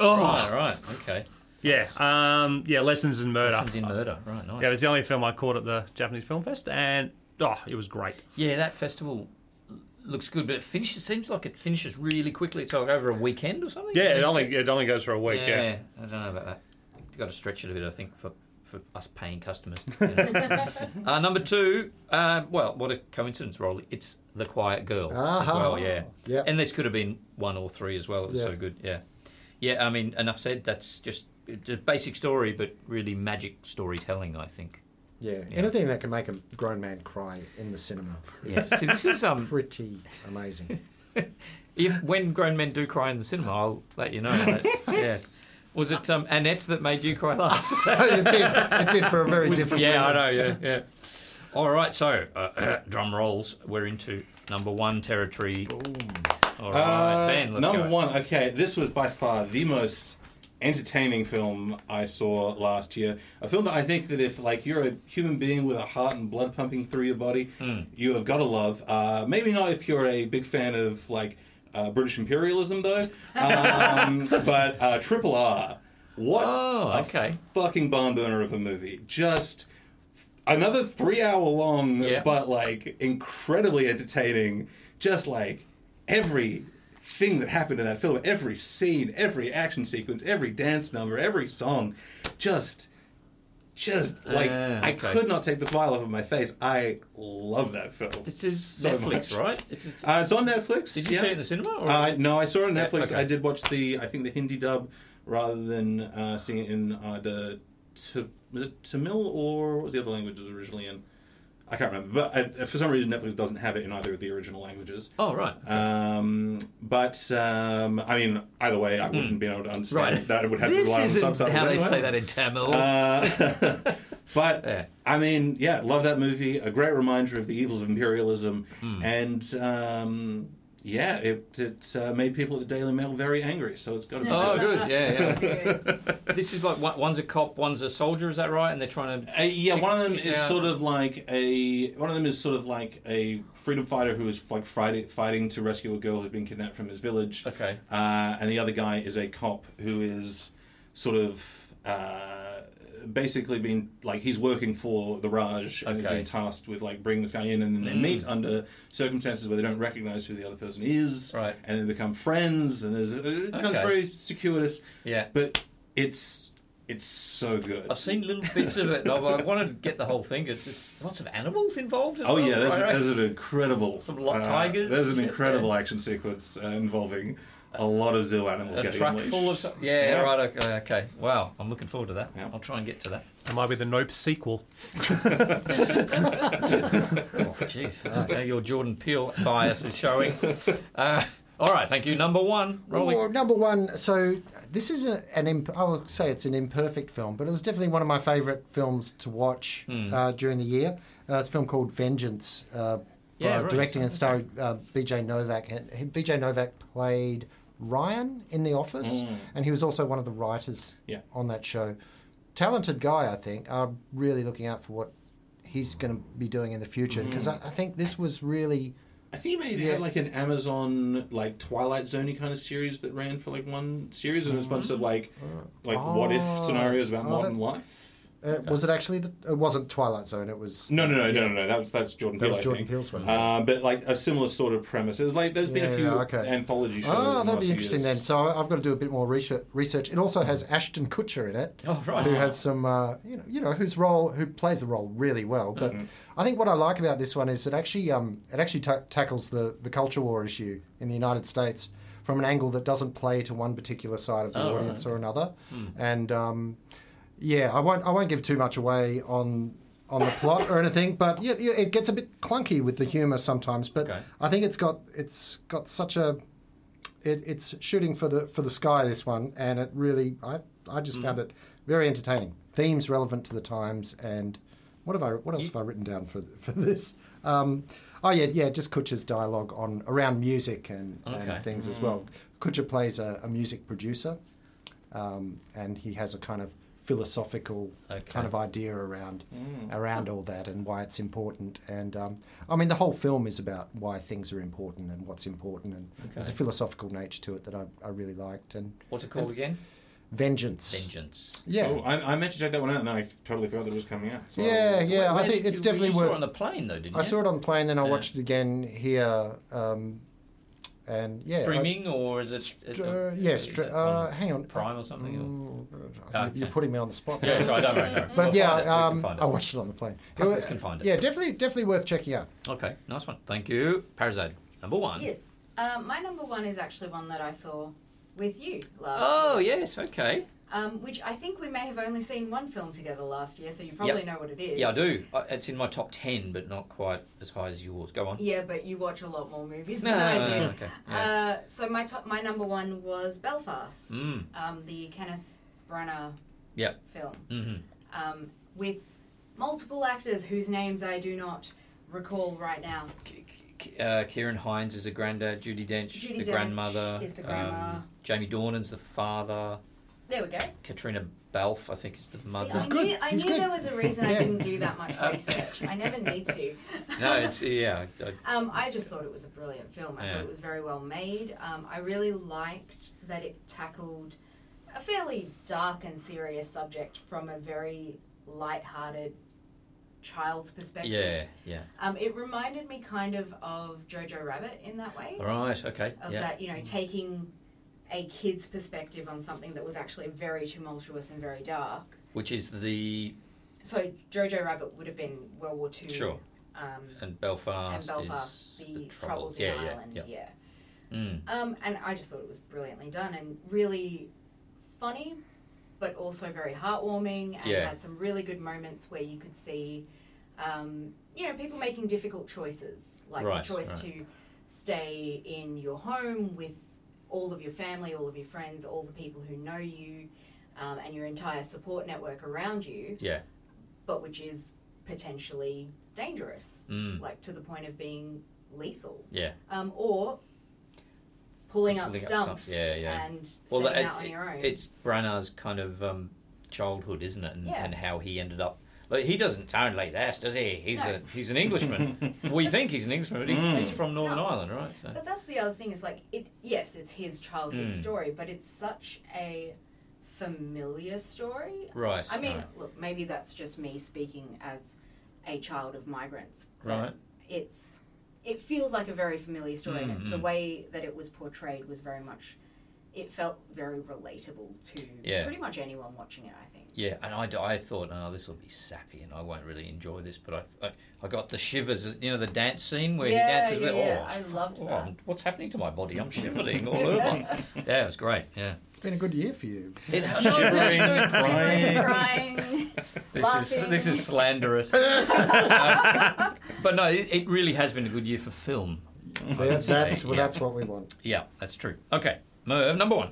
E: oh
A: All right. Okay.
E: Yeah, um, yeah, Lessons in Murder.
A: Lessons in murder. Right. Nice.
E: Yeah, it was the only film I caught at the Japanese Film Fest, and oh, it was great.
A: Yeah, that festival l- looks good, but it finishes. Seems like it finishes really quickly. It's like over a weekend or something.
E: Yeah, it only it only goes for a week.
A: yeah,
E: Yeah,
A: I don't know about that. You've got to stretch it a bit, I think, for for us paying customers. you know. uh, number two. Uh, well, what a coincidence, Rolly. It's The Quiet Girl as
C: Ah-ha.
A: well. Yeah.
C: Yep.
A: And this could have been one or three as well. It was
C: Yeah.
A: so good. Yeah. Yeah. I mean, enough said. That's just it's a basic story, but really magic storytelling. I think.
C: Yeah. anything that can make a grown man cry in the cinema
A: Yeah.
C: is
A: so this is um.
C: (laughs) pretty amazing.
A: (laughs) If when grown men do cry in the cinema, I'll let you know. yeah. Was it um, Annette that made you cry
C: (laughs)
A: last?
C: it, did, it did for a very different
A: yeah, I
C: reason.
A: know. Yeah, yeah. All right, so uh, (clears throat) drum rolls. We're into number one territory. All right,
B: Uh,
A: Ben. Let's
B: number
A: go.
B: one. Okay, this was by far the most entertaining film I saw last year. A film that I think that if like you're a human being with a heart and blood pumping through your body,
A: Hmm.
B: you have got to love. Uh, maybe not if you're a big fan of like uh, British imperialism though,
A: (laughs)
B: um, but uh, Triple R. What
A: Oh,
B: a
A: okay.
B: fucking barn burner of a movie. Just another three hour long,
A: Yeah.
B: but like incredibly entertaining. Just like every thing that happened in that film, every scene, every action sequence, every dance number, every song, just, just like
A: Ah,
B: I
A: okay.
B: could not take the smile off of my face. I love that film.
A: This is
B: so
A: Netflix,
B: much.
A: right? It's, it's,
B: Uh, it's on Netflix.
A: did you
B: yeah.
A: see it in the cinema? Or
B: Uh, no, I saw it on
A: Yeah,
B: Netflix.
A: okay.
B: I did watch the, I think the Hindi dub rather than uh, seeing it in uh, the t- was it Tamil or what was the other language it was originally in? I can't remember. But uh for some reason, Netflix doesn't have it in either of the original languages.
A: oh, right.
B: Um, but um, I mean, either way, I wouldn't be able to understand
A: Hmm. Right.
B: that. I would have to
A: This
B: rely on
A: isn't
B: subtitles.
A: how they
B: anyway.
A: say that in Tamil. (laughs)
B: Uh, but
A: Yeah.
B: I mean, yeah, love that movie. A great reminder of the evils of imperialism,
A: Hmm.
B: and um, yeah, it, it uh, made people at the Daily Mail very angry. So it's got to be.
A: oh,
B: good.
A: good. Yeah,
D: Good.
A: yeah. this is like one, one's a cop, one's a soldier. Is that right? And they're trying to.
B: Uh, yeah, one of them
A: kick
B: is
A: out.
B: sort of like a one of them is sort of like a freedom fighter who is like fighting fighting to rescue a girl who's been kidnapped from his village.
A: Okay.
B: Uh, and the other guy is a cop who is sort of uh, basically being like he's working for the Raj and he's
A: Okay. Hmm.
B: being tasked with like bringing this guy in, and then they meet under circumstances where they don't recognize who the other person is,
A: Right.
B: And they become friends, and there's it becomes
A: Okay.
B: very circuitous,
A: Yeah.
B: But it's it's so good.
A: I've seen little bits of it. and I, I want to get the whole thing. It's, it's lots of animals involved. As
B: Oh
A: well,
B: yeah, there's,
A: right?
B: there's an incredible
A: Some lot
B: uh,
A: tigers
B: There's
A: and
B: an
A: shit,
B: incredible action sequence uh, involving a lot of zoo animals
A: a
B: getting
A: truck
B: unleashed.
A: full of. so- Yeah,
B: Yeah.
A: right. Okay, okay. Wow, I'm looking forward to that.
B: Yeah.
A: I'll try and get to
B: (laughs)
A: that.
E: it might be the Nope sequel.
A: Oh, jeez. Now your Jordan Peele bias is
B: (laughs)
A: showing. Uh, all right, thank you. Number one, rolling.
C: Well, number one, so this is a, an imp- I would say it's an imperfect film, but it was definitely one of my favourite films to watch
B: Hmm.
C: uh, during the year. Uh, it's a film called Vengeance, uh,
A: Yeah,
C: uh,
A: right.
C: directing and starring uh, B.J. Novak. And he- B.J. Novak played Ryan in The Office, and he was also one of the writers
B: Hmm. Yeah.
C: on that show. Talented guy, I think. I'm
B: Hmm.
C: really looking out for what he's going to be doing in the future because I, I think this was really
B: I think he made
C: Yeah.
B: had like an Amazon like Twilight Zoney kind of series that ran for like one series and it was a bunch of like like what if
C: Oh.
B: scenarios about
C: Oh,
B: modern
C: that-
B: life.
C: Uh, Was it actually? The, it wasn't Twilight Zone. It was.
B: No, no, no,
C: Yeah.
B: no, no, no. That was that's Jordan
C: That
B: Peele.
C: was
B: I
C: Jordan
B: think.
C: Peele's one.
B: Uh, but like a similar sort of premise. It was like there's been a
C: Yeah,
B: few
C: okay.
B: anthology shows.
C: Oh,
B: in
C: that'll
B: the
C: be
B: last few
C: interesting then.
B: years.
C: So I- I've got to do a bit more research. research. It also has Ashton Kutcher in it,
A: Oh, (laughs) right.
C: who has some, uh, you know, you know, whose role, who plays the role really well. But
A: Mm-hmm.
C: I think what I like about this one is it actually, um, it actually ta tackles the the culture war issue in the United States from an angle that doesn't play to one particular side of the
A: Oh, right,
C: audience or another. And um, yeah, I won't I won't give too much away on on the plot or anything, but yeah, yeah, it gets a bit clunky with the humour sometimes. But
A: Okay.
C: I think it's got it's got such a it, it's shooting for the for the sky this one, and it really I I
A: Mm.
C: just found it very entertaining. Themes relevant to the times, and what have I what else have I written down for for this? Um, oh yeah, yeah, just Kutcher's dialogue on around music and,
A: Okay.
C: and things as well. Kutcher plays a, a music producer, um, and he has a kind of philosophical
A: Okay.
C: kind of idea around
A: Mm.
C: around all that and why it's important. And um, I mean, the whole film is about why things are important and what's important, and there's a
A: Okay.
C: philosophical nature to it that I, I really liked. And
A: What's it called again?
C: vengeance,
A: Vengeance.
C: yeah,
B: Oh, I, I meant to check that one out, and then I totally forgot that it was coming out. So
C: yeah, yeah.
A: Where
C: I think
A: did
C: it's
A: you-
C: definitely
A: you
C: worth.
A: saw it on the plane though, didn't you?
C: I saw it on the plane, then I
A: Yeah.
C: watched it again here, um, and yeah, I-
A: Streaming or is it?
C: Str- yeah, str- uh, hang on.
A: Prime or something,
C: Mm,
A: Okay.
C: You're putting me on the spot.
A: Yeah, so I don't know.
C: (laughs) But
A: We'll find it.
C: yeah,
A: We can
C: um,
A: find it.
C: I watched it on the plane. It
A: Hunters
C: was-
A: can find it.
C: Yeah, definitely, definitely worth checking out.
A: Okay, nice one. Thank you. Parasite number one.
D: Yes. Um, my number one is actually one that I saw with you last
A: Oh
D: year,
A: yes, okay.
D: um, which I think we may have only seen one film together last year, so you probably know what it is.
A: Yeah, I do. I- It's in my top ten, but not quite as high as yours. Go on.
D: Yeah, but you watch a lot more movies
A: No,
D: than I
A: no,
D: do.
A: no, no, Oh, okay. Yeah.
D: Uh, so my top, my number one was Belfast,
A: Mm.
D: um, the Kenneth Branagh
A: Yeah.
D: film,
A: Mhm.
D: um, with multiple actors whose names I do not recall right now.
A: K- K- Uh, Kieran Hines is a granddad. Judy Dench, the
D: Judi Dench
A: grandmother. Um,
D: is the grandma.
A: Jamie Dornan's the father.
D: There we go.
A: Katrina Balfe, I think, is the
D: See,
A: mother.
D: I
C: good.
D: knew, I
C: It's
D: knew
C: good.
D: there was a reason I
C: Yeah.
D: didn't do that
A: (laughs)
D: much
A: Okay.
D: research. I never need to.
A: (laughs) no, it's yeah. I, I,
D: (laughs) Um, I just thought it was a brilliant film. I
A: Yeah.
D: thought it was very well made. Um, I really liked that it tackled a fairly dark and serious subject from a very light-hearted child's perspective.
A: yeah, yeah.
D: Um, it reminded me kind of of Jojo Rabbit in that way,
A: All right, okay.
D: of
A: yeah.
D: that you know taking a kid's perspective on something that was actually very tumultuous and very dark.
A: Which is the
D: So Jojo Rabbit would have been World War Two.
A: sure
D: Um,
A: and Belfast,
D: and Belfast,
A: is
D: the,
A: trouble.
D: troubles in
A: Yeah,
D: Ireland.
A: yeah, yeah.
D: yeah.
A: Mm.
D: Um, and I just thought it was brilliantly done and really funny, but also very heartwarming and
A: Yeah.
D: had some really good moments where you could see, um, you know, people making difficult choices, like
A: Right,
D: the choice
A: right.
D: to stay in your home with all of your family, all of your friends, all the people who know you, um, and your entire support network around you,
A: Yeah.
D: but which is potentially dangerous,
A: Mm.
D: like to the point of being lethal
A: Yeah.
D: um, or pulling up
A: Pulling up
D: stumps,
A: stumps, yeah, yeah.
D: and
A: Well,
D: setting
A: it-
D: out on your own.
A: it- it's Branagh's kind of um, childhood, isn't it? And,
D: Yeah.
A: and how he ended up. Like, he doesn't sound like this, does he? He's
D: No.
A: a he's an
B: (laughs)
D: (laughs)
A: Englishman. we think he's an Englishman, but he,
B: Mm.
A: he's from Northern
D: No.
A: Ireland, right? So.
D: but that's the other thing is like it. Yes, it's his childhood
A: uh, Mm.
D: story, but it's such a familiar story.
A: Right.
D: I mean,
A: right.
D: look, maybe that's just me speaking as a child of migrants. but
A: Right.
D: It's it feels like a very familiar story. and
A: Mm,
D: The
A: mm.
D: way that it was portrayed was very much. It felt very relatable to
A: Yeah.
D: pretty much anyone watching it. I think.
A: Yeah, and I, d- I thought, oh, this will be sappy, and I won't really enjoy this. But I, I, I got the shivers. You know, the dance scene where
D: Yeah,
A: he dances with.
D: yeah, yeah,
A: Oh,
D: I
A: f-
D: loved
A: oh,
D: that.
A: I'm- What's happening to my body?
D: (laughs)
A: I'm shivering all over. yeah, it was great. Yeah,
C: It's been a good year for you.
A: (laughs) it,
B: Shivering,
A: no,
B: crying.
D: crying.
A: This is this is
D: (laughs)
A: slanderous. Um, but no, it, it really has been a good year for film. I would
C: That- that's
A: say.
C: well,
A: yeah.
C: that's what we want.
A: yeah, that's true. Okay, Merv, number one.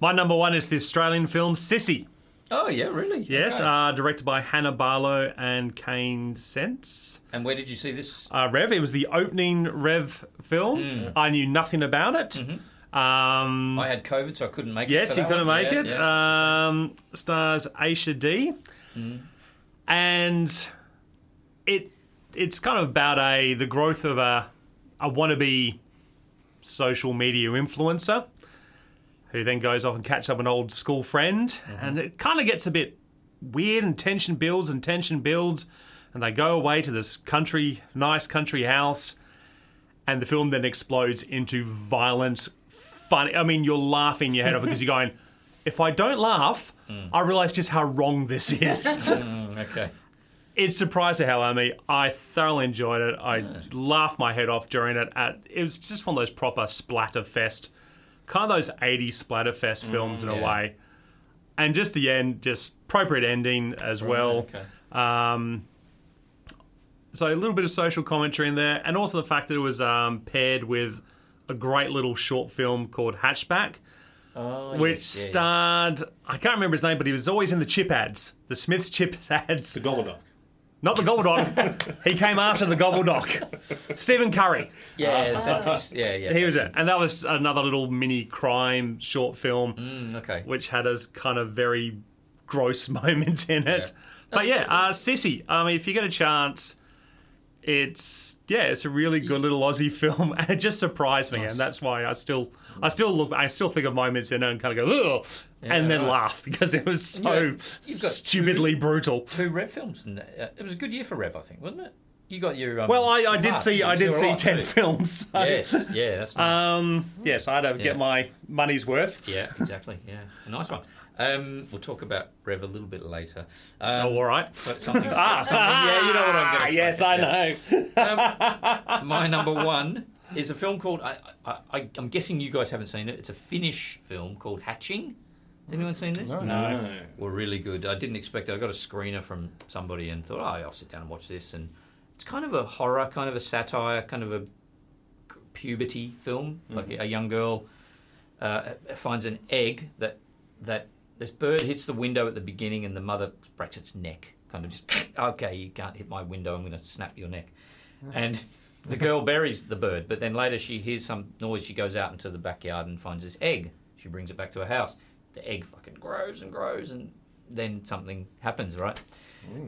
E: My number one is the Australian film Sissy.
A: Oh yeah, really?
E: Yes,
A: Okay.
E: uh, directed by Hannah Barlow and Kane Sense.
A: and where did you see this?
E: uh, Rev. It was the opening Rev film. I knew nothing about it. Um,
A: Mm. Mm-hmm. I had COVID, so I couldn't make it.
E: yes,
A: for
E: you
A: that
E: couldn't
A: one.
E: make
A: Yeah,
E: it.
A: yeah. Mm.
E: um, stars Aisha D, and it it's kind of about a the growth of a a wannabe social media influencer who then goes off and catches up an old school friend,
A: Mm-hmm.
E: and it kind of gets a bit weird, and tension builds and tension builds, and they go away to this country, nice country house, and the film then explodes into violent, funny. I mean, you're laughing your head off because you're going, (laughs) if I don't laugh, I realize just how wrong this
A: (laughs)
E: is.
A: Mm, okay.
E: It's surprised the hell out of me. I thoroughly enjoyed it. I laughed my head off during it. At, it was just one of those proper splatterfest, kind of those 80s splatterfest films in a
A: Mm, yeah.
E: way. And just the end, just appropriate ending as well.
A: okay.
E: Um, so a little bit of social commentary in there, and also the fact that it was um, paired with a great little short film called Hatchback,
A: Oh,
E: which
A: yes, yeah, yeah.
E: starred I can't remember his name, but he was always in the chip ads, the Smiths chip (laughs) ads.
B: The Gobbledoc.
E: Not the gobbledoc. he came after the gobbledoc. Stephen Curry.
A: Yeah, Zemeckis. yeah, yeah.
E: He was it. And that was another little mini crime short film,
A: Mm, okay.
E: which had a kind of very gross (laughs) moment in it.
A: Yeah.
E: But yeah, uh, Sissy. I mean, if you get a chance, it's yeah, it's a really good little Aussie film, (laughs) and it just surprised me, and that's why I still, I still look, I still think of moments in it and kind of go, ugh, and then
A: right.
E: laugh (laughs) because it was
A: And you
E: so
A: had- you've got
E: stupidly brutal.
A: Two Rev films. And that. Uh, it was a good year for Rev, I think, wasn't it? You got your. Um,
E: Well, I, I
A: your
E: did
A: pass,
E: see,
A: didn't
E: I
A: you?
E: did
A: It's
E: see
A: all right,
E: ten
A: too.
E: films. (laughs) so-
A: Yes, yeah,
E: (laughs)
A: that's nice.
E: Um, yes, I'd have
A: Yeah.
E: get my money's worth.
A: yeah, exactly. Yeah, a nice one. Um, we'll talk about Rev a little bit later. Um,
E: Oh, all right.
A: but something's-
E: (laughs) Ah,
A: something- yeah, you know what I'm going to.
E: (laughs) Yes, I know.
A: Um, my number one is a film called. I, I, I, I'm guessing you guys haven't seen it. It's a Finnish film called Hatching. Has anyone seen this?
C: No.
B: No.
A: Were really good. I didn't expect it. I got a screener from somebody and thought, oh, I'll sit down and watch this. And it's kind of a horror, kind of a satire, kind of a puberty film. Like a young girl uh, finds an egg that that this bird hits the window at the beginning, and the mother breaks its neck. Kind of just (laughs) okay, you can't hit my window. I'm going to snap your neck. And the girl buries the bird, but then later she hears some noise. She goes out into the backyard and finds this egg. She brings it back to her house. The egg fucking grows and grows, and then something happens, right?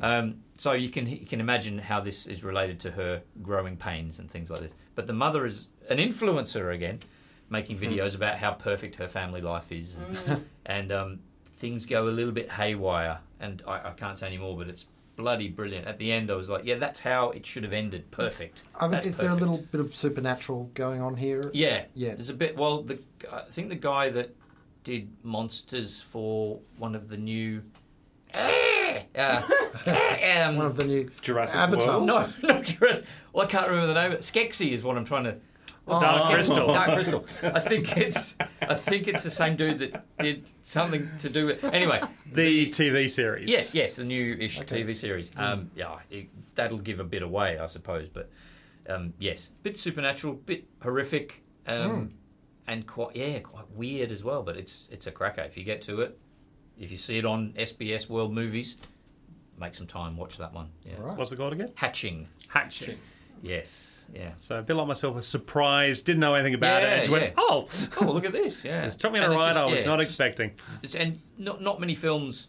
A: Um, so you can you can imagine how this is related to her growing pains and things like this. But the mother is an influencer again, making videos about how perfect her family life is, and, (laughs) and um, things go a little bit haywire. And I, I can't say any more, but it's bloody brilliant. At the end, I was like, yeah, that's how it should have ended. Perfect.
C: I mean, is
A: That's
C: there a
A: perfect.
C: little bit of supernatural going on here?
A: Yeah,
C: Yeah.
A: There's a bit. Well, the I think the guy that did monsters for one of the new. (laughs) Uh, (laughs) um,
C: One of the new
B: Jurassic
C: Avatar.
B: World?
A: No, (laughs) not Jurassic. Well, I can't remember the name. Skeksis is what I'm trying to. what's
C: Dark
A: it? Skeksis?
E: Crystal.
A: Dark Crystal. I think it's. I think it's the same dude that did something to do with. Anyway,
E: The TV series.
A: Yes, yes, the new-ish TV series.
C: Hmm.
A: Um, yeah, it, that'll give a bit away, I suppose. But um, yes, bit supernatural, bit horrific,
C: Hmm.
A: um, and quite yeah, quite weird as well. But it's it's a cracker if you get to it. If you see it on SBS World Movies, make some time, watch that one. Yeah.
C: All right.
E: What's it called again?
A: Hatching.
E: Hatching.
A: Yes. Yeah.
E: So a bit like myself, was surprised, didn't know anything about it.
A: Yeah,
E: And just
A: yeah.
E: went,
A: (laughs)
E: oh,
A: Oh, look at this! Yeah,
E: it's took me on
A: And
E: a
A: it's
E: ride
A: just-
E: I was
A: yeah,
E: not
A: it's just-
E: expecting.
A: It's, and not not many films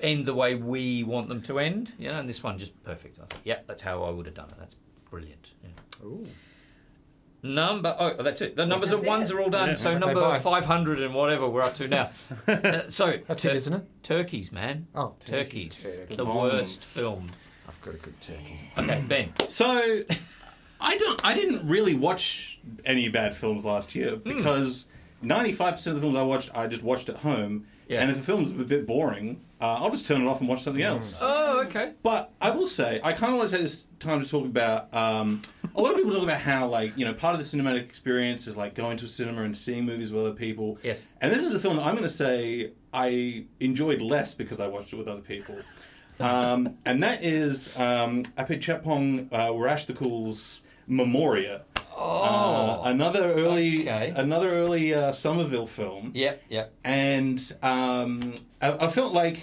A: end the way we want them to end. You know, and this one just perfect. I think. Yeah, that's how I would have done it. That's brilliant. yeah.
C: Ooh.
A: Number oh, that's it. The numbers of
D: That's
A: ones
D: it.
A: are all done.
E: Yeah.
A: So
C: Okay,
A: number
C: bye.
A: five hundred and whatever we're up to now. Uh, so
C: That's
A: tur-
C: it, isn't it?
A: Turkeys, man.
C: Oh,
A: Turkeys.
C: Turkey.
A: The
B: Bombs.
A: worst film.
C: I've got a good turkey.
A: Okay, Ben.
B: So, I don't. I didn't really watch any bad films last year because ninety-five percent of the films I watched, I just watched at home.
A: Yeah.
B: And if a film's a bit boring, uh, I'll just turn it off and watch something else.
A: Oh, okay.
B: But I will say, I kind of want to take this time to talk about. Um, a lot of people talk about how, like, you know, part of the cinematic experience is like going to a cinema and seeing movies with other people.
A: Yes.
B: And this is a film that I'm going to say I enjoyed less because I watched it with
A: (laughs)
B: other people. Um, and that is um, Apichapong uh, Warash the Cool's Memoria.
A: Oh.
B: Uh, another early,
A: okay.
B: another early uh, Somerville film
A: Yep. Yep.
B: and um, I, I felt like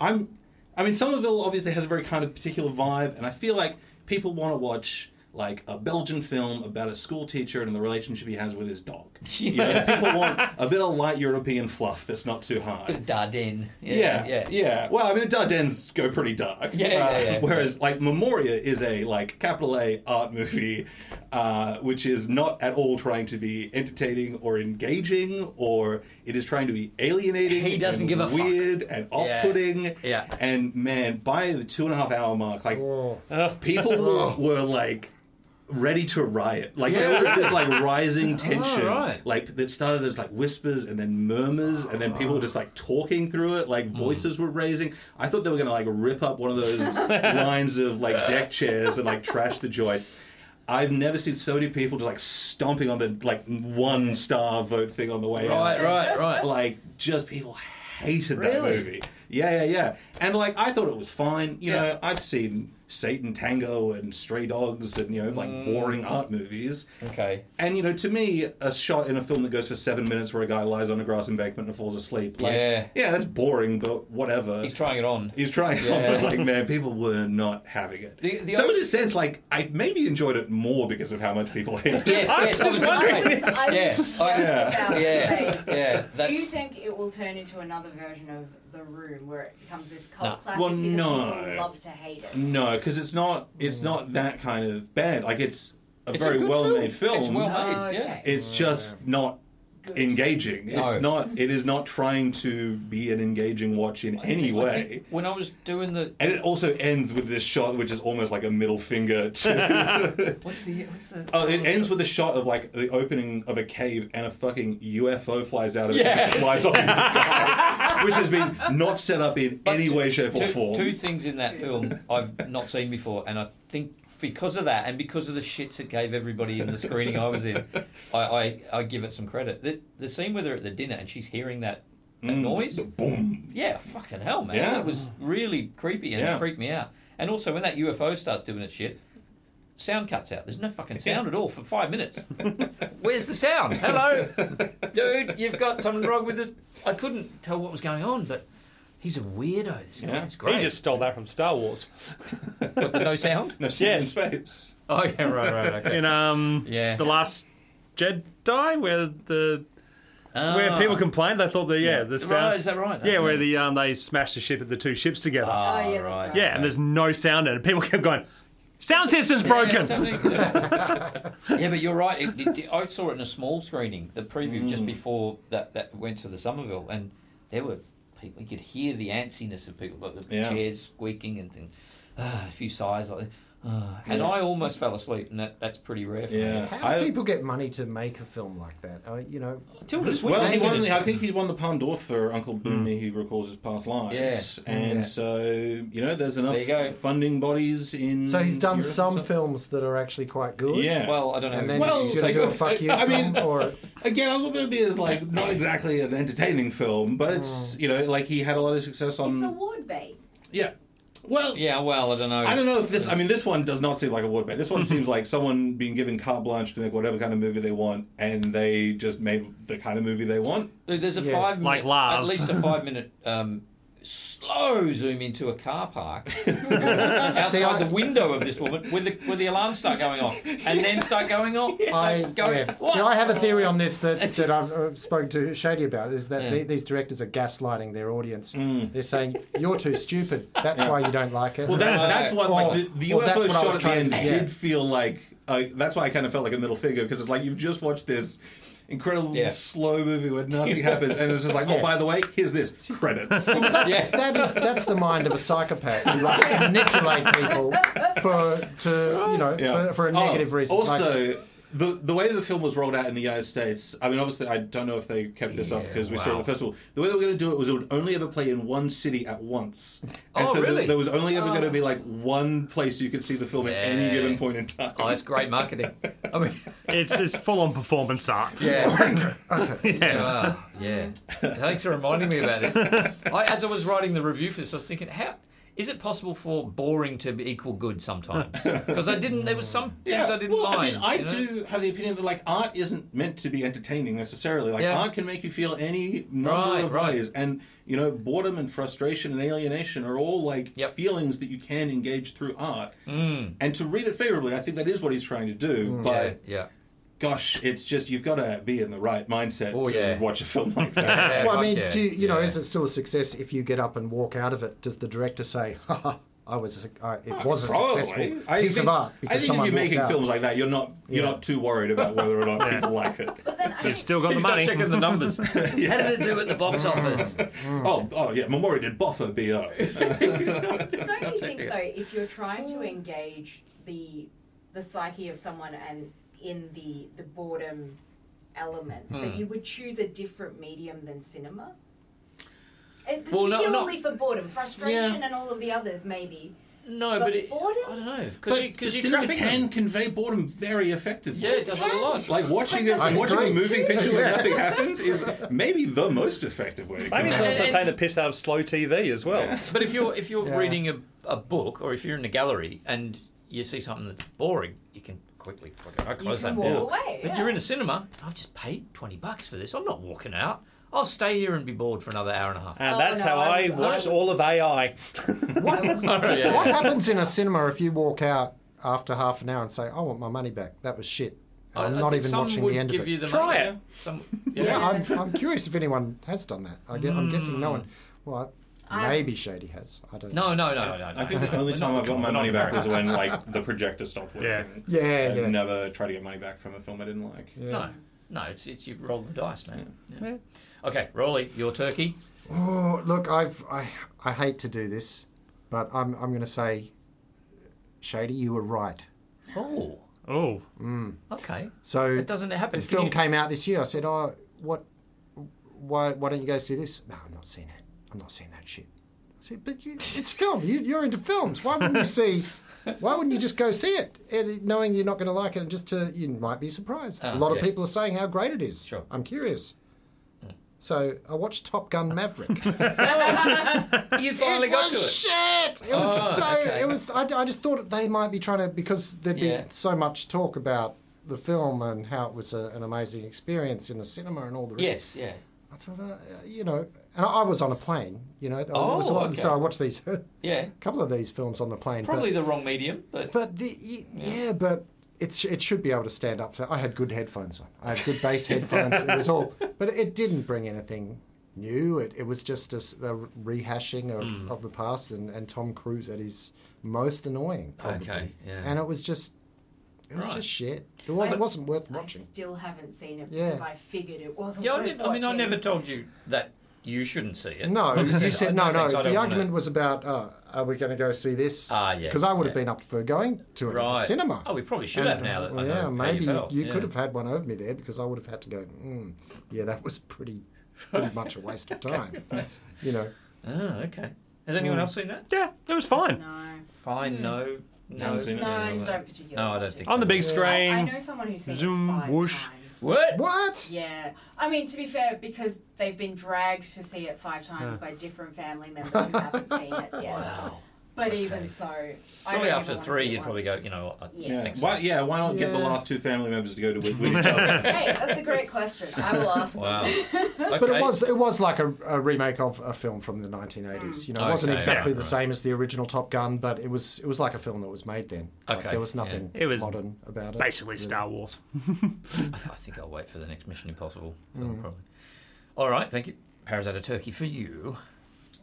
B: I'm. I mean, Somerville obviously has a very kind of particular vibe, and I feel like people want to watch like a Belgian film about a school teacher and the relationship he has with his dog. You know, people want a bit of light European fluff that's not too hard.
A: Dardenne.
B: Yeah,
A: yeah.
B: Well, I mean, the Dardennes go pretty dark.
A: Yeah, yeah,
B: Uh,
A: yeah.
B: Whereas, like, Memoria is a like capital A art movie, uh, which is not at all trying to be entertaining or engaging, or it is trying to be alienating.
A: He doesn't
B: and
A: give a fuck.
B: weird and off-putting.
A: Yeah.
B: And man, by the two and a half hour mark, like
C: Oh.
A: (laughs) Oh.
B: people were like ready to riot like there was this like
A: (laughs)
B: rising tension
A: Oh, right.
B: like that started as like whispers and then murmurs and then people were just like talking through it
A: Hmm.
B: like voices were raising i thought they were gonna like rip up one
A: (laughs)
B: of those lines of like deck chairs and like trash the joint i've never seen so many people just like stomping on the like one star vote thing on the way out
A: Right, right, right.
B: (laughs) like just people hated that
A: Really?
B: movie. Yeah, yeah, yeah. And like I thought it was fine. You
A: Yeah.
B: know, I've seen Satan Tango and Stray Dogs and you know like
A: Mm.
B: boring art movies.
A: okay.
B: And you know, to me, a shot in a film that goes for seven minutes where a guy lies on a grass embankment and falls asleep, like,
A: Yeah.
B: that's boring, but whatever.
A: He's trying it on.
B: He's trying,
A: Yeah.
B: but like, man, people were not having it.
A: The- the
B: so,
A: other-
B: in a sense, like, I maybe enjoyed it more because of how much people hated it.
A: Yes,
E: I'm
A: yes. I
E: just
A: was gonna
E: wondering
A: say.
E: this.
A: Yeah. I-
B: Yeah.
D: yeah.
A: Yeah, yeah.
D: Do you
A: That's
D: think it will turn into another version of The Room where it becomes this
A: No.
D: cult classic?
B: Well,
D: because
B: no.
D: People love to hate it.
A: Mm.
B: No, because it's not. It's not that kind of bad. Like it's a
A: It's a
B: very
A: good
B: well-made
A: film.
B: film.
A: It's
B: It's,
A: well-
D: Oh,
A: Right, yeah.
D: okay.
B: just not
D: Good.
B: engaging.
A: No.
B: It's not. It is not trying to be an engaging watch in any
A: I
B: way.
A: think when I was doing the
B: And it also ends with this shot, which is almost like a
A: (laughs)
B: middle finger to.
A: what's the what's the
B: Oh, it ends with a shot of like the opening of a cave and a fucking UFO flies out of it and
A: Yes.
B: just (laughs) flies off in the
A: (laughs)
B: sky, which has been not set up in
A: But
B: any
A: two-
B: way, shape,
A: two-
B: or form.
A: Two things in that film I've not seen before, and I think because of that, and because of the shits it gave everybody in the screening I was
B: (laughs)
A: in, I, I, I give it some credit. The, the scene with her at the dinner and she's hearing that, that
B: Mm,
A: noise,
B: the boom.
A: yeah, fucking hell, man,
B: Yeah.
A: it was really creepy and
B: Yeah.
A: it freaked me out. And also when that UFO starts doing its shit. Sound cuts out. There's no fucking sound at all for five
E: (laughs)
A: minutes. Where's the sound? Hello,
B: (laughs)
A: dude. You've got something wrong with this. I couldn't tell what was going on, but he's a weirdo. This guy.
B: Yeah.
A: It's great.
E: He just stole that from
A: (laughs)
E: Star Wars.
A: What, the no sound?
B: No, see it in
E: Yes.
B: space.
A: (laughs) Oh yeah, right, right, (laughs) okay.
E: In um,
A: Yeah.
E: the last Jedi, where the where
A: Ah.
E: people complained, they thought the yeah, the sound.
A: Right, is that right?
E: Yeah, where the um, they smashed the ship at the two ships together.
A: Ah,
D: Oh, yeah, that's
A: right.
D: right.
E: yeah, and there's no sound in it. People kept going, sound system's broken.
A: yeah,
C: (laughs)
A: but you're right. It, it- I saw it in a small screening, the preview
C: Mm.
A: just before that, that went to the Somerville, and there were people. You could hear the antsiness of people, like the
B: Yeah.
A: chairs squeaking and things. Ah, a few sighs like. Uh, and I almost fell asleep, and that, that's pretty rare for me.
B: Yeah.
C: How do
B: I-
C: people get money to make a film like that? Uh, you know,
A: Tilda Swinton.
B: Well, he
C: Amazing.
B: won, the- I think he won the Palme d'Or for Uncle Boomy, who recalls his past lives.
A: Yeah.
B: And
A: Yeah.
B: so, you know, there's enough
A: There you go.
B: funding bodies in.
C: so he's done
B: Europe and
C: some
B: stuff.
C: films that are actually quite good.
B: Yeah.
A: Well, I don't know.
C: And then
B: Well,
C: he's going to do a fuck you
B: I mean-
C: film, or
B: Again, Uncle Boomy is like not exactly an entertaining film, but it's, you know, like he had a lot of success
D: It's
B: on.
D: award bait.
B: Yeah. Well,
A: yeah, well, I don't know.
B: I don't know if this. I mean, this one does not seem like a wood bait. This one seems like someone being given carte blanche to make whatever kind of movie they want, and they just made the kind of movie they want.
A: Dude, there's a
C: Yeah.
A: five minute,
E: Like Lars.
A: at least a (laughs) five minute um, slow zoom into a car (laughs) park outside
C: See, I-
A: the window of this woman with the with the alarms start going off and then start going off.
C: (laughs) I
A: Go-
C: yeah.
A: What?
C: See, I have a theory on this that, that I've uh, spoken to Shady about is that
A: Yeah.
C: the, these directors are gaslighting their audience. They're saying you're too stupid. That's why you don't like it.
B: Mm. Well, that's
C: (laughs)
B: (laughs)
A: Right.
B: that's what like, the, the
C: Well,
B: UFO
C: that's what I
B: shot
C: was
B: at the
C: trying
B: end
C: to- yeah.
B: did feel like. Uh, that's why I kind of felt like a middle figure because it's like you've just watched this incredible
A: Yeah.
B: slow movie where
C: (laughs)
B: nothing happens, and it's just like, oh,
C: Yeah.
B: by the way, here's
C: (laughs)
B: this credits.
A: Yeah.
C: that is that's the mind of a psychopath who likes to manipulate people for to you know
B: Yeah.
C: for, for a
B: Oh,
C: negative reason. Like-
B: Also, the the way the film was rolled out in the United States, I mean, obviously, I don't know if they kept this up
A: Yeah,
B: because we saw it at
A: wow.
B: the festival. The way they were going to do it was it would only ever play in one city at once, and
A: Oh,
B: so there,
A: really?
B: there was only ever
C: Oh.
B: going to be like one place you could see the film at any
A: Yeah.
B: given point in time.
A: Oh, that's great (laughs) marketing. I mean,
E: it's it's full on performance art.
A: yeah, (laughs)
E: (laughs) Yeah.
A: Wow, (laughs) yeah. Thanks for reminding me about this. I, as I was writing the review for this, I was thinking, how. Is it possible for boring to be equal good (laughs) sometimes? Because I didn't. There was some things I didn't
B: well,
A: mind.
B: I mean, I
A: you know?
B: do have the opinion that like art isn't meant to be entertaining necessarily. Like
A: Yeah.
B: art can make you feel any number
A: Right,
B: of
A: right.
B: ways, and you know, boredom and frustration and alienation are all like
A: Yep. Mm.
B: feelings that you can engage through art. And to read it favorably, I think that is what he's trying to do. But
A: Yeah, yeah.
B: gosh, it's just you've got to be in the right mindset
A: Oh,
B: to
A: yeah.
B: watch a film like
A: (laughs)
B: that.
A: Yeah,
C: well, I
A: fuck
C: mean,
A: yeah,
C: do you, you know,
A: yeah.
C: is it still a success if you get up and walk out of it? Does the director say, "Ha ha, I was, a- I, it was a successful
B: Oh, I
C: piece
B: think,
C: of art"?
B: I think if
C: someone
B: you're
C: walked
B: making
C: out?
B: films like that, you're not you're not too worried about whether
A: (laughs)
B: or not people like it.
D: But then I think,
E: Still got
A: He's
E: the
A: not
E: money.
A: checking the
C: (laughs)
A: numbers. How did it do at the box office?
B: Oh, oh yeah, Mamori did Boffa B.O.
D: don't you think
A: technical.
D: though, if you're trying to engage the the psyche of someone and in the the boredom elements,
A: Hmm.
D: that you would choose a different medium than cinema? And
A: Well, no,
D: particularly
A: no.
D: for boredom, frustration, and all of the others, maybe.
A: No,
D: But
A: but it,
D: boredom?
A: I don't know.
B: But
A: Because you're
B: cinema
A: trapping
B: can
A: them.
B: convey boredom very effectively.
A: Yeah, it does it a lot.
B: Like watching
D: But
B: a
D: doesn't
B: watching
C: it
B: a
C: great?
B: moving picture where
C: Yeah.
B: nothing happens is maybe the most effective way. To
E: Maybe it's
B: convey
E: also
A: Yeah.
E: taking the piss out of slow TV as well.
A: But if you're if you're
C: Yeah.
A: reading a, a book or if you're in a gallery and you see something that's boring, you can quickly fucking I close
D: can
A: that
D: walk
A: book.
D: away,
A: but
D: yeah.
A: you're in a cinema. I've just paid twenty bucks for this. I'm not walking out. I'll stay here and be bored for another hour and a half.
E: And
D: Oh,
E: that's
D: no,
E: how
D: I
E: I
D: would- I
E: watched
D: would-
E: all of (laughs) AI.
A: (laughs) Yeah, yeah.
C: What happens in a cinema if you walk out after half an hour and say, "I want my money back. That was shit.
A: I-
C: I'm
A: I
C: not
A: think
C: even
A: some
C: watching
A: would
C: the end
A: give
C: of it."
A: You the
E: Try
A: money.
E: it.
A: Some,
C: yeah,
A: yeah.
C: I'm, I'm curious if anyone has done that. I am guessing no one. Well,
D: I-
C: maybe Shady has. I don't. know.
A: No, no, no, no, no.
B: I think the only
A: We're
B: time
A: not-
B: I got my
A: we're not
B: money back
A: American.
B: was when like the projector stopped working.
E: Yeah.
C: Yeah,
B: I
C: yeah.
B: never tried to get money back from a film I didn't like.
A: No, no, it's it's you roll the dice, man. Yeah. Okay, Rolly, your turkey.
C: Oh, look, I've I I hate to do this, but I'm I'm going to say, Shady, you were right.
A: Oh,
E: Oh,
A: okay.
C: So
A: It doesn't happen.
C: This
A: Can
C: film
A: you-
C: came out this year. I said, "Oh, what? Why? Why don't you go see this?" No, I'm not seeing it. I'm not seeing that shit. I said, "But you, it's film. You, you're into films. Why wouldn't you see? Why wouldn't you just go see it, and, knowing you're not going to like it, and just to you might be surprised.
A: Ah,
C: a lot
A: yeah.
C: of people are saying how great it is.
A: Sure. Mm.
C: I'm curious. So I watched Top Gun Maverick.
A: (laughs) You finally
C: it
A: got to
C: was
A: it.
C: shit. It was
A: Oh,
C: so.
A: okay.
C: It was. I, I just thought they might be trying to because there'd be
A: Yeah.
C: so much talk about the film and how it was a, an amazing experience in the cinema and all the
A: Yes,
C: rest.
A: yeah.
C: I thought, uh, you know, and I, I was on a plane. You know, I was, it was
A: Oh,
C: on-
A: okay.
C: so I watched these (laughs) a
A: Yeah.
C: couple of these films on the plane.
A: Probably the wrong medium, but,
C: But, but the, y- yeah. but. It, sh- it should be able to stand up. For, I had good headphones on. I had good
A: (laughs)
C: bass headphones. It was all, but it didn't bring anything new. It, it was just a, s- a rehashing of,
A: Mm.
C: of the past and, and Tom Cruise at his most annoying. Probably.
A: Okay, yeah.
C: And it was just, it was
A: Right.
C: just shit. It, was,
D: I-
C: it wasn't worth
D: I
C: watching.
D: still haven't seen it
C: Yeah.
D: because I figured it wasn't.
A: yeah. I,
D: worth
A: did, I mean, I
D: watching.
A: never told you that you shouldn't see (laughs) it.
C: No,
A: I
C: you
A: said,
C: said
A: "I-
C: no,
A: I
C: no.
A: think I don't
C: The
A: wanna-"
C: argument was about, oh, are we going to go see this?
A: Ah, yeah,
C: Because I would have
A: yeah.
C: been up for going to a
A: right
C: cinema.
A: Oh, we probably should have
C: And,
A: now. That
C: well,
A: I know
C: yeah,
A: how
C: maybe you,
A: felt.
C: you
A: Yeah.
C: could have had one over me there because I would have had to go. Mm, yeah, that was pretty,
A: (laughs)
C: pretty much a waste of time. you know,
A: Oh, okay. Has anyone else seen that?
E: yeah, it was fine.
D: No,
A: Fine. No. No.
B: Haven't seen it.
D: no, I
A: no.
D: don't particularly.
A: No, I
D: watch
A: don't
D: it.
A: think.
E: On the big
A: so.
D: I,
E: screen.
D: I know someone who's seen
E: Zoom,
D: it five
E: whoosh.
D: times.
A: What?
C: what?
D: Yeah, I mean to be fair, because they've been dragged to see it five times by different family members who haven't seen it
A: (laughs)
D: yet.
A: Wow.
D: But
A: Okay.
D: even so, I don't
A: Surely
D: even
A: after
D: wanna
A: three,
D: see it
A: you'd probably go.
D: once.
A: You know what? I
D: Yeah.
A: think so.
B: Why, yeah, why not get the
C: Yeah.
B: last two family members to go to with, with
E: (laughs)
B: each other?
D: Hey,
A: (laughs)
D: that's a great question. I will ask. them.
A: Wow. Okay.
C: But it was it was like a, a remake of a film from the 1980s. You know, it
A: Hmm.
C: wasn't
A: Okay,
C: exactly
A: yeah,
C: the
A: right.
C: same as the original Top Gun, but it was it was like a film that was made then. Like,
A: Okay,
C: there was
A: yeah.
C: nothing
E: It was
C: modern about it.
E: Basically,
C: really.
E: Star Wars.
A: I think I'll wait for the next Mission Impossible
D: Mm.
A: film, probably. All right, thank you. Paris out of Turkey for you.
D: (laughs)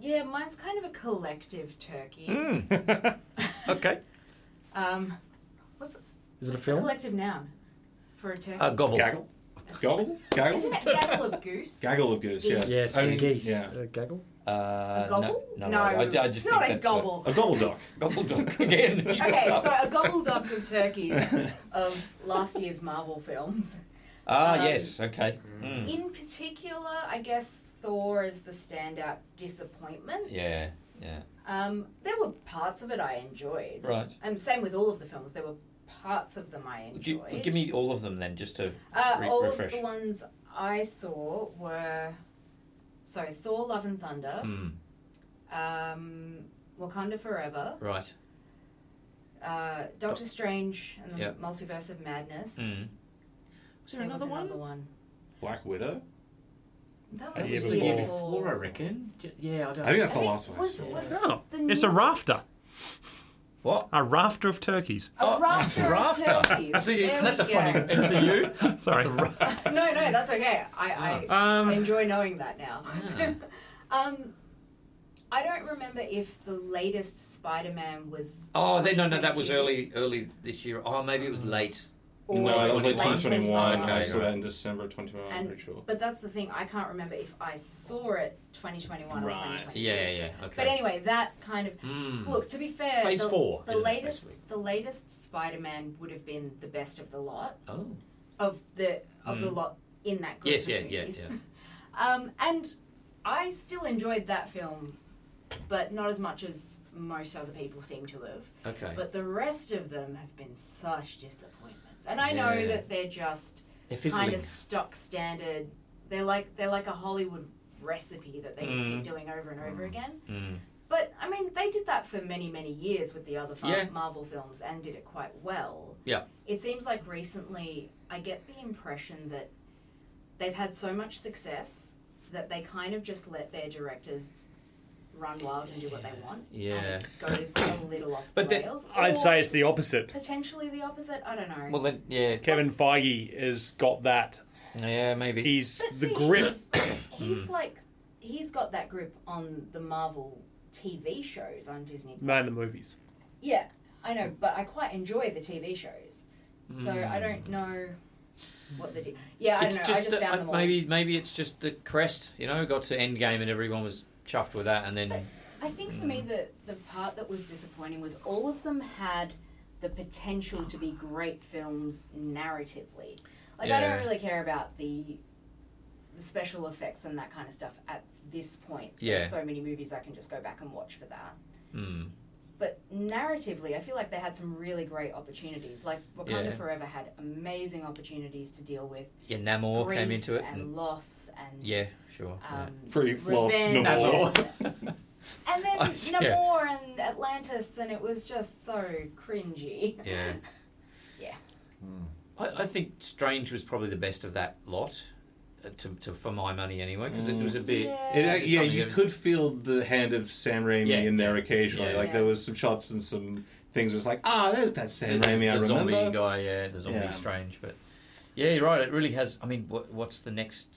D: Yeah, mine's kind of a collective turkey.
A: Hmm. (laughs) Okay.
D: Um, what's
C: Is it a
D: a
C: film?
D: collective noun for a turkey?
A: Uh, gobble.
B: Gaggle?
E: Oh,
B: Gobble?
A: (laughs)
B: Gaggle?
D: Isn't it gaggle of goose?
B: Gaggle of goose, yes.
C: Yes,
B: Only-
C: geese.
B: Yeah.
C: Uh, gaggle.
A: Uh,
D: A gobble?
A: No, no, I, I just
D: it's
A: think
D: not
A: that's
D: a
A: the-
D: gobble.
B: A gobble duck. (laughs)
A: Gobble
D: (laughs)
A: dog (laughs) again. (laughs) You
D: Okay,
A: got
D: so
A: that.
D: a gobbledock of turkeys of last year's Marvel films.
A: ah,
D: um,
A: yes, okay. Mm.
D: In particular, I guess Thor is the standout disappointment.
A: Yeah, yeah.
D: Um, there were parts of it I enjoyed.
A: Right.
D: And same with all of the films. There were parts of them I
A: Would you,
D: enjoyed.
A: give me all of them then, just to
D: uh,
A: re-
D: all
A: refresh.
D: of the ones I saw Oh. were so Thor: Love and Thunder,
A: Mm.
D: um, Wakanda Forever,
A: Right.
D: uh,
A: Oh.
D: Doctor Strange and the
A: Yep.
D: Multiverse of Madness.
A: Mm. Was there,
D: There
A: another
D: was
A: one?
D: another one.
B: Black Widow.
D: That
A: That
D: was
E: Yeah,
A: was
E: but
A: the year
E: before.
A: before, I reckon. J- Yeah, I don't.
B: I think
D: I
B: that's the
D: think-
B: last one. I
D: was-
B: saw.
D: was-
E: Oh,
D: The new-
E: it's a rafter.
D: (laughs)
A: what?
E: A rafter of turkeys. (laughs)
D: A rafter, of
A: rafter.
D: turkeys.
A: I Oh, (laughs) see you.
D: There
A: That's a
D: we go.
A: funny (laughs)
B: (laughs)
A: MCU.
E: Sorry.
D: No, no, that's okay. I, I, I
E: Um,
D: enjoy knowing that now.
A: Ah.
D: (laughs) um, I don't remember if the latest Spider-Man was.
A: Oh, then, no, no, that was
D: 2022.
A: early, early this year. Oh, maybe it was late.
D: Or-
B: No, that was like
A: Late
B: 2021.
A: oh, Okay,
B: I saw
A: right.
B: that in December 2021. I'm
D: And-
B: pretty sure.
D: Oh, But that's the thing. I can't remember if I saw it 2021 or
B: Right.
D: 2022.
A: Yeah, yeah, yeah. Okay.
D: But anyway, that kind of
A: Mm.
D: look. To be fair,
A: Phase
D: the,
A: four,
D: The
A: isn't it,
D: latest,
A: basically?
D: the latest Spider-Man would have been the best of the lot
A: Oh.
D: of the of the
A: Mm.
D: lot in that group.
A: Yes,
D: of
A: yeah, yeah,
D: movies.
A: yeah.
D: Um, and I still enjoyed that film, but not as much as most other people seem to have.
A: Okay.
D: But the rest of them have been such disappointments. And I know
A: Yeah.
D: that they're just
A: They're
D: kind
A: fizzling.
D: of stock standard. They're like they're like a Hollywood recipe that they just
A: Mm.
D: keep doing over and over again.
A: Mm.
D: But I mean, they did that for many many years with the other far-
A: Yeah.
D: Marvel films and did it quite well.
A: Yeah.
D: It seems like recently I get the impression that they've had so much success that they kind of just let their directors run wild and do what they want.
A: Yeah.
D: And it goes a little off
A: But
D: the
A: the-
D: rails. or
E: I'd say it's the opposite.
D: potentially the opposite. I don't know.
A: Well, then, yeah.
D: Oh.
E: Kevin Feige has got that.
A: Yeah, maybe.
E: He's
D: But
E: the
D: see,
E: grip.
A: (coughs)
D: He's, he's
A: Mm.
D: like he's got that grip on the Marvel TV shows on Disney.
E: Man, the movies.
D: Yeah, I know, but I quite enjoy the TV shows, so I don't know what the. Di- yeah, I
A: Hmm. it's
D: don't know.
A: just
D: I just
A: that,
D: found
A: uh,
D: them all.
A: maybe maybe it's just the crest, you know, got to Endgame and everyone was chuffed with that, and then
D: I think for
A: Hmm.
D: me the the part that was disappointing was all of them had the potential to be great films narratively. Like I
A: Yeah.
D: don't really care about the the special effects and that kind of stuff at this point.
A: Yeah.
D: There's so many movies I can just go back and watch for that.
A: hmm.
D: But narratively, I feel like they had some really great opportunities. Like Wakanda
A: Yeah.
D: Forever had amazing opportunities to deal with
A: yeah, Namor
D: grief
A: came into it,
D: and,
A: and,
D: loss and
A: yeah, sure.
D: um,
B: Grief, loss,
D: revenge
B: Namor.
D: and- (laughs) and
A: (laughs)
D: then
A: I- yeah.
D: Namor and Atlantis, and it was just so cringy.
A: yeah. yeah.
D: (laughs) Yeah.
B: Hmm.
A: I, I think Strange was probably the best of that lot, uh, to, to for my money anyway, because it was a bit.
D: Yeah.
B: It, uh,
A: It's
B: yeah,
A: something
B: you
A: that-
B: could feel the hand of Sam Raimi
A: Yeah,
B: in there
A: yeah,
B: occasionally.
A: yeah.
B: Like there was some shots and some things. It's like, ah, there's that Sam
A: There's this-
B: Raimi I
A: the
B: remember.
A: zombie guy, yeah, the zombie
B: Yeah.
A: Strange, but yeah, you're right. It really has. I mean, what, what's the next?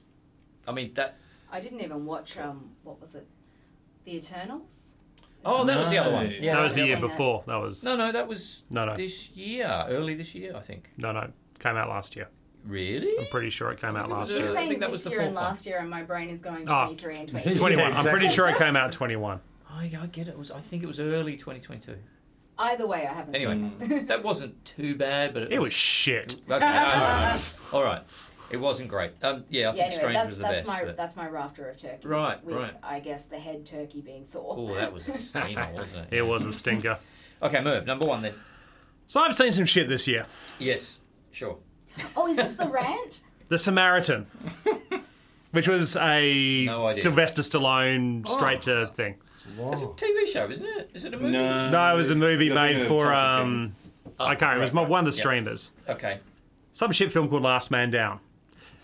A: I mean that.
D: I didn't even watch um, what was it, The Eternals?
A: Oh, that was the other one.
B: Nice.
A: Yeah,
E: that was the
D: yeah.
E: year
D: Yeah.
E: before. That was
A: No, no, that was
E: no, no,
A: this year, early this year, I think.
E: no, no. Came out last year.
A: Really?
E: I'm pretty sure it came out
A: It was
E: last
A: Yeah,
D: You're
A: I
E: year.
D: saying
A: think that
D: this
A: was the
D: year and
A: fourth one.
D: last year, and my brain is going
E: Ah.
A: (laughs)
D: 23 and
C: Yeah,
D: 22.
E: 21. I'm
C: exactly.
E: pretty sure it came out 21.
A: I, I get it. it. Was I think it was early 2022.
D: Either way, I haven't.
A: Anyway,
B: Hmm.
D: (laughs)
A: that wasn't too bad, but it,
E: It was shit.
A: okay, all right.
E: (laughs)
A: all right. It wasn't great. Um, yeah, I
D: Yeah,
A: think
D: anyway,
A: Strange
D: that's,
A: was the
D: that's
A: best.
D: my
A: but-
D: that's my rafter of turkeys.
A: Right,
D: with,
A: right.
D: I guess the head turkey being Thor.
A: Oh, that was a steamer, wasn't
E: (laughs)
A: it?
E: It was a stinker.
A: Okay, Merv, number one then.
E: So I've seen some shit this year.
A: Yes, sure.
D: (laughs) Oh, is this the rant?
E: The Samaritan, which was a
A: No idea.
E: Sylvester Stallone straight to thing.
C: Wow.
A: It's a TV show, isn't it? Is it a movie?
B: Oh. No,
E: No, it was a movie
B: you're thinking
E: made
B: of
E: for
B: Tulsa King.
E: um, I can't remember. It was my- one of the streamers.
A: Oh, Okay.
E: Some shit film called Last Man Down.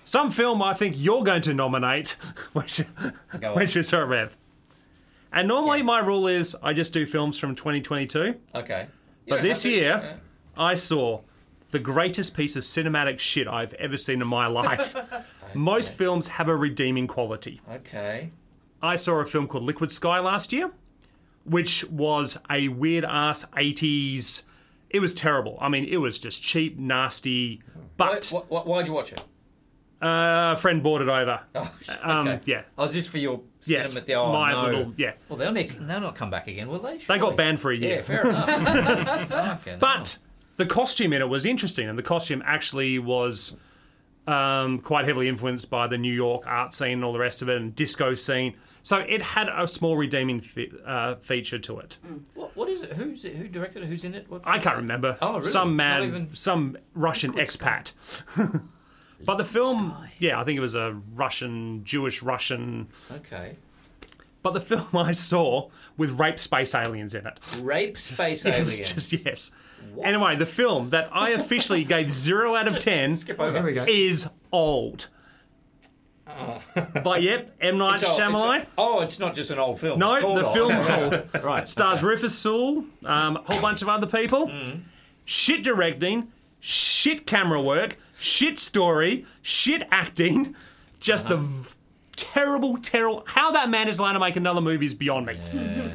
E: Some film I think you're going to nominate, (laughs) which
A: Go on.
E: which is her rev. And normally
A: Yeah.
E: my rule is I just do films from 2022.
A: Okay. You
E: But
A: don't
E: this
A: have to-
E: year,
A: yeah.
E: I saw the greatest piece of cinematic shit I've ever seen in
A: (laughs)
E: my life. Most films have a redeeming quality.
A: Okay.
E: I saw a film called Liquid Sky last year, which was a weird ass 80s. It was terrible. I mean, it was just cheap, nasty, but
A: Why, why, why'd you watch it? (laughs)
E: Uh, a friend bought it over.
A: Oh, sh-
E: Um,
A: okay.
E: yeah.
A: Oh, just for your
E: Yes,
A: cinema. Oh,
E: my
A: no.
E: little yeah.
A: Well, they'll, need, they'll not come back again, will they?
E: They
A: Surely.
E: got banned for a year.
A: Yeah, fair
E: (laughs)
A: enough. Fucking
E: But the costume in it was interesting, and the costume actually was um, quite heavily influenced by the New York art scene and all the rest of it, and disco scene. So it had a small redeeming fe- uh, feature to it.
A: hell. What, what is it? Who's it? Who directed it? Who's in it? What,
E: I can't remember.
A: Oh, really?
E: Some
A: Not
E: man,
A: even-
E: some Russian expat. (laughs) but the film, yeah, I think it was a Russian, Jewish Russian.
A: Okay.
E: but the (laughs) film I saw with rape space aliens in it.
A: Rape space
E: (laughs) It
A: alien.
E: was just yes. Anyway, the film that I officially gave
A: (laughs)
E: zero out of ten
A: Skip
C: Here
A: over.
C: we go.
E: is old. But yep, M Night
A: Oh. It's old- it's-
E: Shyamalan.
A: oh, it's not just an old film.
E: No,
A: It's called
E: the
A: old. (laughs)
E: film
A: Okay. Mm. right.
E: Stars Rufus Sewell, um, a whole bunch of other people. Shit directing, shit camera work, shit story, shit acting. Just
A: Uh-huh.
E: the v- terrible, terrible. How that man is allowed to make another movie is beyond me.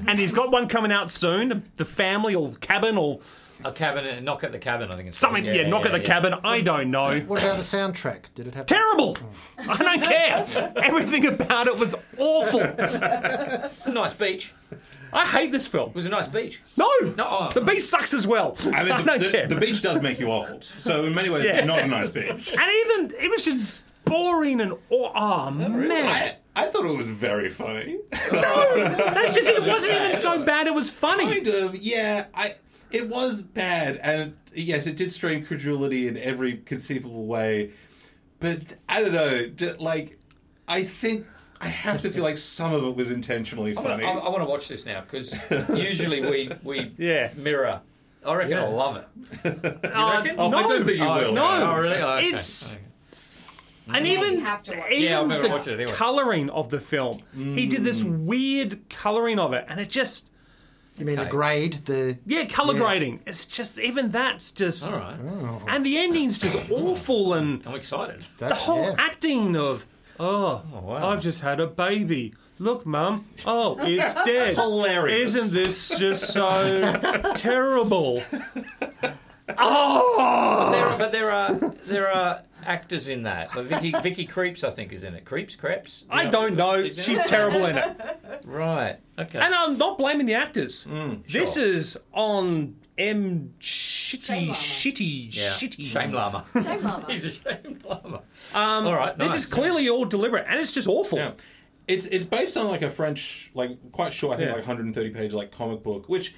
E: And he's got one coming out soon. The family or cabin or
A: A cabin, knock at the cabin. I think it's
E: something.
A: called.
E: Yeah, knock at
A: yeah,
E: the cabin. I don't know.
C: What about the soundtrack? Did it have
E: Terrible. I don't care. Everything about it was awful.
A: yeah. Nice beach. It
E: I hate this film.
A: was a nice beach.
E: No.
A: No, oh,
E: The beat sucks as well. (laughs)
B: I mean,
E: don't
B: the,
E: care.
B: the, the beach does make you old, so in many ways,
E: Yeah.
B: not a
A: (laughs)
B: nice beach.
E: And even it was just boring and oh, oh man,
B: (laughs) I, I thought it was
A: (laughs)
B: very funny.
E: that's just it wasn't even so bad. It was funny.
B: kind of, yeah. I it was bad, and yes, it did strain credulity in every conceivable way. But I don't know, d- like I think I have to feel like some of it was intentionally
A: I,
B: funny.
A: want to watch this now
E: (laughs)
A: because usually we we
E: Yeah.
A: mirror. I reckon
C: Yeah.
A: I'll love it.
E: Uh,
A: reckon?
B: Oh, I
E: no,
B: don't think you will.
E: no.
A: Oh,
E: (laughs)
A: really? Oh, okay.
E: It's-
A: Okay.
E: and
D: Yeah,
E: (laughs) even
D: you have to watch it.
E: even
A: Yeah, I'm gonna
E: the
A: watch it anyway.
E: coloring of the film, he did this weird coloring of it, and it just
C: You mean
A: Okay.
C: the grade? The
E: yeah, color
C: Yeah.
E: grading. It's just even that's just
A: All right.
C: Oh,
E: and the ending's just awful and
A: I'm excited.
E: the whole acting of oh,
A: wow.
E: I've just had a baby. Look, mum. Oh, it's dead.
B: Hilarious.
E: Isn't this just so terrible? Oh!
A: There, but there are there are actors in that. Like
E: (laughs)
A: Vicky, Vicky Creeps, I think, is in it. Creeps, Creeps.
E: I don't know. She's terrible
A: (laughs)
E: in it.
A: Right. Okay.
E: And I'm not blaming the actors. This
A: Mm, sure.
E: is on M. Shitty,
D: Shame Llama.
E: shitty,
A: yeah.
E: shitty.
A: Shame llama.
D: Shame llama.
A: (laughs) He's a shame llama.
E: Um,
A: All right,
E: This
A: nice.
E: is clearly all deliberate, and it's just awful.
B: Yeah. It's it's based on like a French, like quite short, I think
E: Yeah.
B: like 130 page like comic book, which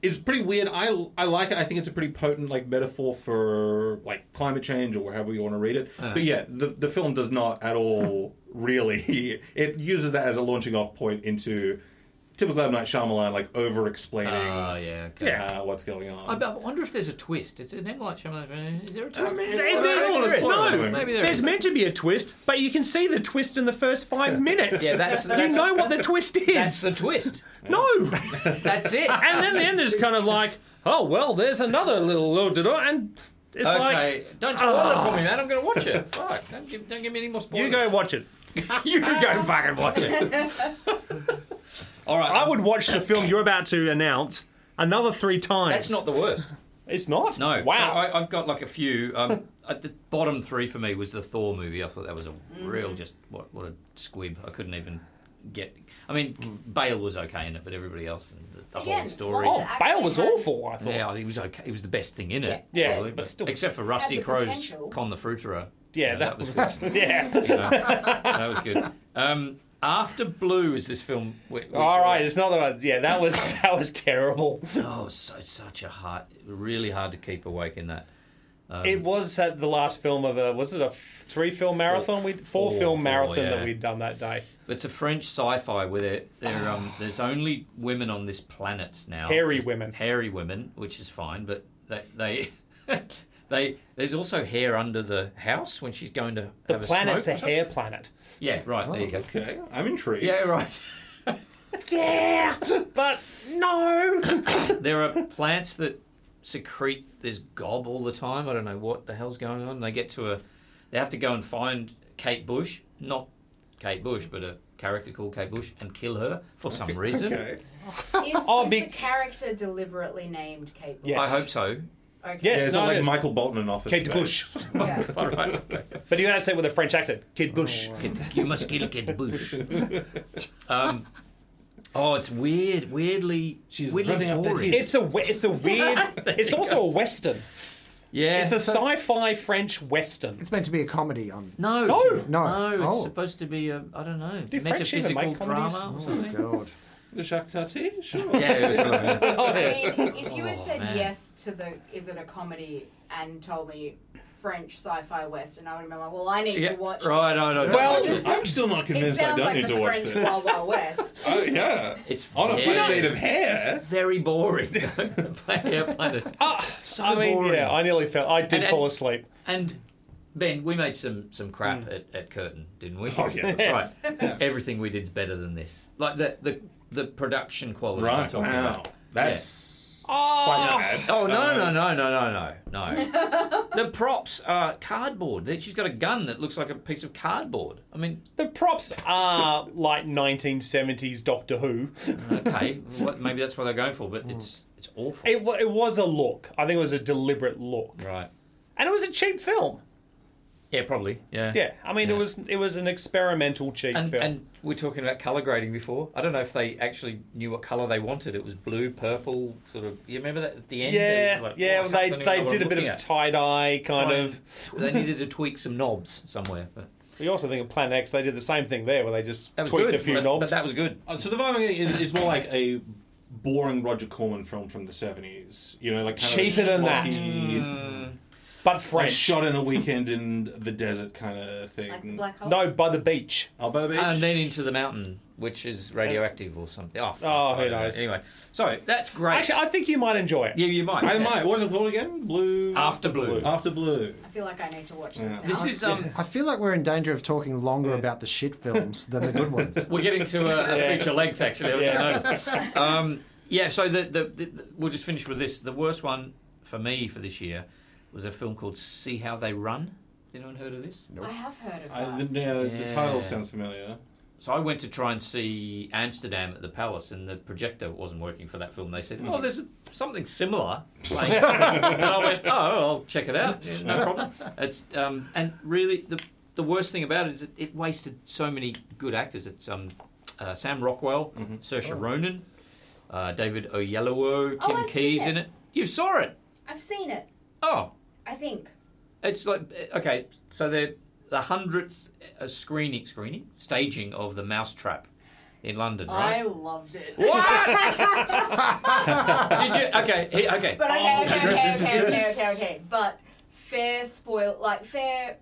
B: is pretty weird. I I like it. I think it's a pretty potent like metaphor for like climate change or wherever you want to read it. But yeah, the the film does not at all (laughs) really. It uses that as a launching off point into typical M Night Shyamalan like over explaining
A: Oh, yeah. Okay.
E: (laughs) Yeah.
B: uh, what's going on.
A: I, I wonder if there's a twist. It's an M. Night Shyamalan. Is there
E: Uh,
A: a twist?
E: They- they-
A: there is.
E: no,
A: Maybe there
E: there's
A: is.
E: meant to be a twist, but you can see the twist in the first five minutes.
A: Yeah, (laughs) that's-
E: you
A: that's-
E: know what the twist
A: That's
E: is.
A: the twist.
E: no,
A: That's it.
E: (laughs) and then the end is kind of like, oh well, there's another little little da-da," and it's
A: Okay,
E: like
A: don't spoil
E: Ah.
A: it for me, man. I'm going to watch
E: (laughs)
A: it. Fuck, don't give, don't give me any more spoilers.
E: you go watch it.
A: you go fucking watch it. All right, um,
E: I would watch the film you're about to announce another three times.
A: That's not the worst.
E: It's not.
A: No.
E: (laughs) Wow.
A: So I, I've got like a few. Um, at the bottom three for me was the Thor movie. I thought that was a
E: Mm.
A: real just what what a squib. I couldn't even get. I mean,
E: Mm.
A: Bale was okay in it, but everybody else, and the, the whole
D: Again,
A: story.
E: oh,
D: It
E: Bale was
D: actually had-
E: awful. I thought.
A: Yeah, he was okay. He was the best thing in it.
E: Yeah. Yeah,
A: probably,
E: but still-
A: except for Rusty
D: Had the
A: Crowe's
D: potential.
A: Con the Fruiterer. You
E: Yeah,
A: know,
E: that, was.
A: (laughs)
E: (laughs) yeah.
A: you know, that was good. Um, After Blue is this film. We, we
E: All
A: saw.
E: right. It's not the one. Yeah, that was (laughs) that was terrible.
A: Oh, so such a hard, really hard to keep awake in that. Um,
E: It was at the last film of a was it a three film marathon? We four,
A: four,
E: film
A: four,
E: marathon that
A: yeah.
E: we'd done that day.
A: It's a French sci-fi where they're, they're,
E: (sighs)
A: um, there's only women on this planet now.
E: Hairy
A: There's
E: women.
A: Hairy women, which is fine, but they they, (laughs) they there's also hair under the house when she's going to
E: The
A: have
E: planet's
A: a
E: a
A: smoke.
E: Oh,
A: or something.
E: hair planet.
A: Yeah, right. there you go.
B: Okay, I'm intrigued.
A: Yeah, right. (laughs)
E: Yeah, but
A: (laughs)
E: no.
A: there are plants that secrete this gob all the time. I don't know what the hell's going on. They get to a, they have to go and find Kate Bush, not Kate Bush, but a character called Kate Bush, and kill her for some reason.
B: Okay.
D: Is,
E: Oh,
D: is
E: be-
D: the character deliberately named Kate Bush?
E: Yes.
A: I hope so.
D: Okay.
E: Yes.
B: Yeah, it's
E: No,
B: not
E: it
B: like
E: is.
B: Michael Bolton in Office
E: Kate
B: Space.
E: Bush.
D: Yeah.
A: All right. okay.
E: But you had to say it with a French accent. Kid Bush.
A: Oh, Kid- you must kill Kate Bush. Um, oh, it's weird. Weirdly,
B: She's
A: weirdly
B: running up the
A: boring.
B: hill.
E: It's a we- it's
A: (laughs)
E: a weird. It's also a western.
A: Yeah.
E: It's a sci-fi French western.
C: It's meant to be a comedy. On
A: no,
E: No.
A: no.
C: No.
A: It's
C: Oh.
A: supposed to be a I don't know
E: Do French
A: metaphysical
E: even make comedies?
A: drama or
C: oh
E: Hmm.
A: something.
C: god.
B: (laughs) The Jacques Tati? Sure.
A: Yeah, it was
B: (laughs)
A: right. (laughs)
E: Oh,
D: I
E: yeah.
D: mean, if you had
A: Oh,
D: said
A: man.
D: yes to the is it a comedy and told me French sci-fi western, I would have been like, well, I need
A: Yeah,
D: to watch.
A: right, I know.
B: Well, I'm still not
D: this. it
B: convinced I
D: sounds
B: don't
D: like
B: need
D: the
B: to watch
D: French
B: this.
D: Wild
A: (laughs)
D: Wild West.
B: Oh yeah,
A: It's
B: (laughs) on a
A: very-
B: plane made of hair.
A: Very
B: (laughs)
A: boring. Planet, planet.
E: So Ah, I mean,
C: boring.
E: yeah, I nearly fell. I did
A: And-
E: fall asleep.
A: And Ben, we made some some crap
D: Hmm.
A: at, at Curtain, didn't we?
B: Oh, yeah,
A: right.
D: (laughs)
A: Everything we did's better than this. Like the the the production quality.
B: Right. Wow.
A: About.
B: That's
E: Oh,
B: bad.
A: Oh no
B: Um,
A: no no no no no
D: (laughs)
A: no! the props are cardboard. That- She's got a gun that looks like a piece of cardboard. I mean,
E: the props are like 1970s Doctor Who.
A: okay,
B: (laughs)
A: what, maybe that's what they're going for, but it's it's awful.
E: It, wa- it was a look. I think it was a deliberate look,
A: right?
E: and it was a cheap film.
A: Yeah, probably. Yeah.
E: Yeah, I mean, it
A: Yeah.
E: was it was an experimental cheap
A: And,
E: film.
A: and we're talking about color grading before. I don't know if they actually knew what color they wanted. It was blue, purple, sort of. You remember that at the end? It
E: yeah,
A: was like,
E: yeah,
A: oh, I
E: they
A: don't even know
E: they
A: what
E: did
A: I'm
E: a bit
A: looking
E: of
A: at.
E: tie dye kind of.
A: they needed to tweak some knobs somewhere. But
E: We also think of Planet X. They did the same thing there, where they just
A: that was
E: tweaked
A: good.
E: a few
A: but, but
E: knobs.
A: that was good.
B: Uh, Surviving It is, is more like a boring Roger Corman film from the seventies. You know, like kind
E: Cheaper
B: of
E: than that.
B: schlocky,
E: but
B: Like
E: French,
B: shot in a weekend in the desert kind of thing.
D: Like the black hole.
E: no, by the beach.
B: Alberta Beach.
A: And then into the mountain, which is radioactive or something. Oh, fuck,
E: Oh, who
A: I don't know.
E: knows?
A: Anyway, so that's great.
E: Actually, I think you might enjoy it.
A: yeah, you might.
B: I
A: Yeah.
B: might. What was it called again? Blue.
A: After blue.
B: After Blue.
D: I feel like I need to watch this
B: Yeah.
D: now.
A: This is um.
C: I feel like we're in danger of talking longer about the shit films than the good
A: (laughs)
C: ones.
A: We're getting to a, a
E: Yeah.
A: feature length, actually. I
E: Yeah.
A: just noticed. Um, yeah, so the, the, the, we'll just finish with this. The worst one for me for this year was a film called See How They Run. Anyone heard of this?
D: I have heard of
B: I,
D: that.
B: the, yeah, the title
A: Yeah.
B: sounds familiar.
A: So I went to try and see Amsterdam at the Palace, and the projector wasn't working for that film. They said, "Oh, there's something similar." Playing. and I went, "Oh, I'll check it out. Yeah, no problem." It's um, and really the the worst thing about it is it, it wasted so many good actors. It's um, uh, Sam Rockwell, Saoirse Ronan, uh, David Oyelowo,
D: Oh,
A: Tim
D: I've
A: Keys
D: seen
A: in
D: it.
A: it. You saw it.
D: I've seen it.
A: Oh,
D: I think.
A: it's like eh, okay, so the the hundredth uh, screening screening staging of the Mousetrap in London,
D: I
A: right?
D: loved it. (laughs)
A: What? (laughs) Did you? Okay, he, okay.
D: But okay,
B: Oh,
D: okay, okay,
B: this is-
D: okay, okay,
B: this is-
D: okay, okay. But fair spoil, like fair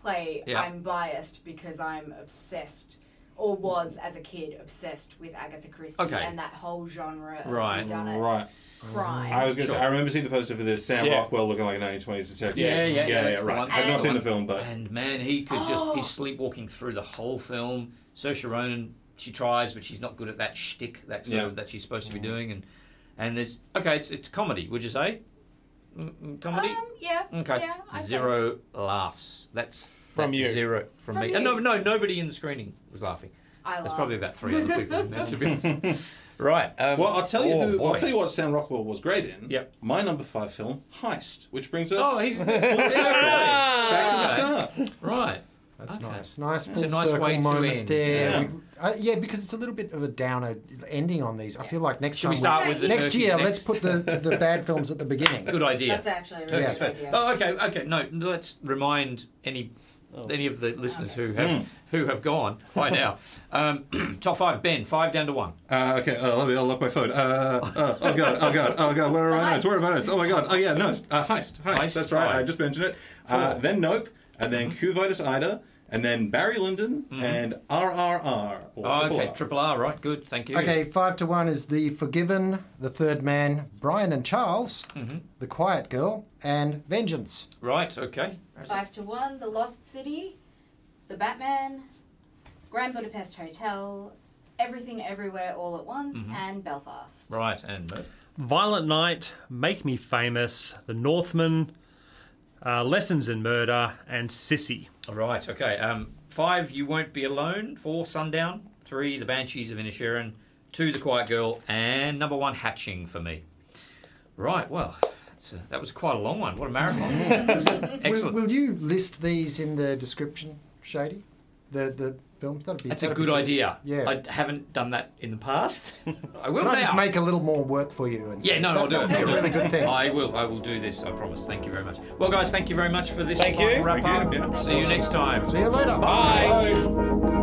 D: play.
A: Yeah.
D: I'm biased because I'm obsessed, or was as a kid obsessed with Agatha Christie
A: Okay.
D: and that whole genre. of
A: Right,
D: whodunit
B: Right.
D: Crime.
B: I was going to
A: Sure.
B: say, I remember seeing the poster for this Sam
E: Yeah.
B: Rockwell looking like a 1920s detective.
A: Yeah, yeah, yeah,
B: yeah,
A: that's the
B: right.
A: one.
B: I've not
D: And-
B: seen the film, but
A: and man, he could just
D: Oh.
A: he's sleepwalking through the whole film. Saoirse Ronan, she tries, but she's not good at that shtick that sort
B: Yeah.
A: of, that she's supposed to be doing. And and there's okay, it's it's comedy. Would you say? Mm, mm, Comedy.
D: um, yeah.
A: okay.
D: Yeah, I think-
A: zero laughs. That's
E: From
A: that
E: you.
A: Zero from,
D: From
A: me.
D: you.
A: And no, no, nobody in the screening was laughing.
D: I
A: There's
D: love-
A: probably about three other people in there, to be honest.
E: (laughs)
A: Right. Um,
B: Well, I'll tell you
A: oh,
B: who.
A: boy.
B: I'll tell you what Sam Rockwell was great in.
A: Yep.
B: My number five film, Heist, which brings us
A: Oh, he's Ah.
B: full circle (laughs) back to the start.
A: right.
C: That's
A: Okay.
C: nice. Nice
A: It's a
C: full
A: nice
C: circle
A: way to
C: moment
A: end,
C: there.
B: yeah.
C: Yeah. uh, yeah, because it's a little bit of a downer ending on these. I feel like next
A: Should
C: time
A: we start
D: we-
A: with the
C: next
A: turkey
C: year,
A: next?
C: let's put the,
A: (laughs)
C: the bad films at the beginning.
A: Good idea.
D: That's actually a really
A: Turkey's
D: good
A: fair.
D: idea.
A: Oh, okay, okay. No, let's remind any
E: Oh.
A: any of the listeners who have
B: Mm.
A: who have gone by now. Um, (clears throat) top five, Ben. Five down to one.
B: Uh, okay, uh, let me unlock my phone. Uh, uh, oh god, oh god, oh god, where are my notes? Where are my notes? Oh my god, oh yeah, no, uh, heist, heist,
A: Heist
B: that's right,
A: five. Mm-hmm.
B: I just mentioned it. Uh, then Nope, and then Cuvitis Ida, and then Barry Lyndon, and RRR. or
A: Oh, okay,
B: RRR.
A: triple R. Right. Good. Thank you.
C: Okay, five to one is The Forgiven, The Third Man, Brian and Charles,
A: Mm-hmm.
C: The Quiet Girl, and Vengeance.
A: Right. Okay.
D: Five to one. The Lost City, The Batman, Grand Budapest Hotel, Everything Everywhere All at Once,
A: Mm-hmm.
D: and Belfast.
A: Right. And Murph.
E: Violent Night, Make Me Famous, The Northman, uh, Lessons in Murder, and Sissy.
A: Right. Okay. Um, five. You won't be alone. Four. Sundown. Three. The Banshees of Inisherin. Two. The Quiet Girl. And number one, Hatching for me. Right. Well, that's a, that was quite a long one. What a marathon.
C: (laughs) Will,
A: Excellent.
C: will you list these in the description, Shady? The the films. That'd be.
A: That's a
C: that'd be
A: good idea.
C: Yeah.
A: I haven't done that in the
C: (laughs)
A: past. I will
C: Can
A: now.
C: I just make a little more work for you? And
A: yeah, no, no, I'll do it.
C: That'd be a really good thing.
A: I will. I will do this. I promise. Thank you very much. Well, guys, thank you very much for this
E: Thank you.
A: wrap up.
B: Thank you.
A: See you next time.
C: See you later.
A: Bye.
B: Bye.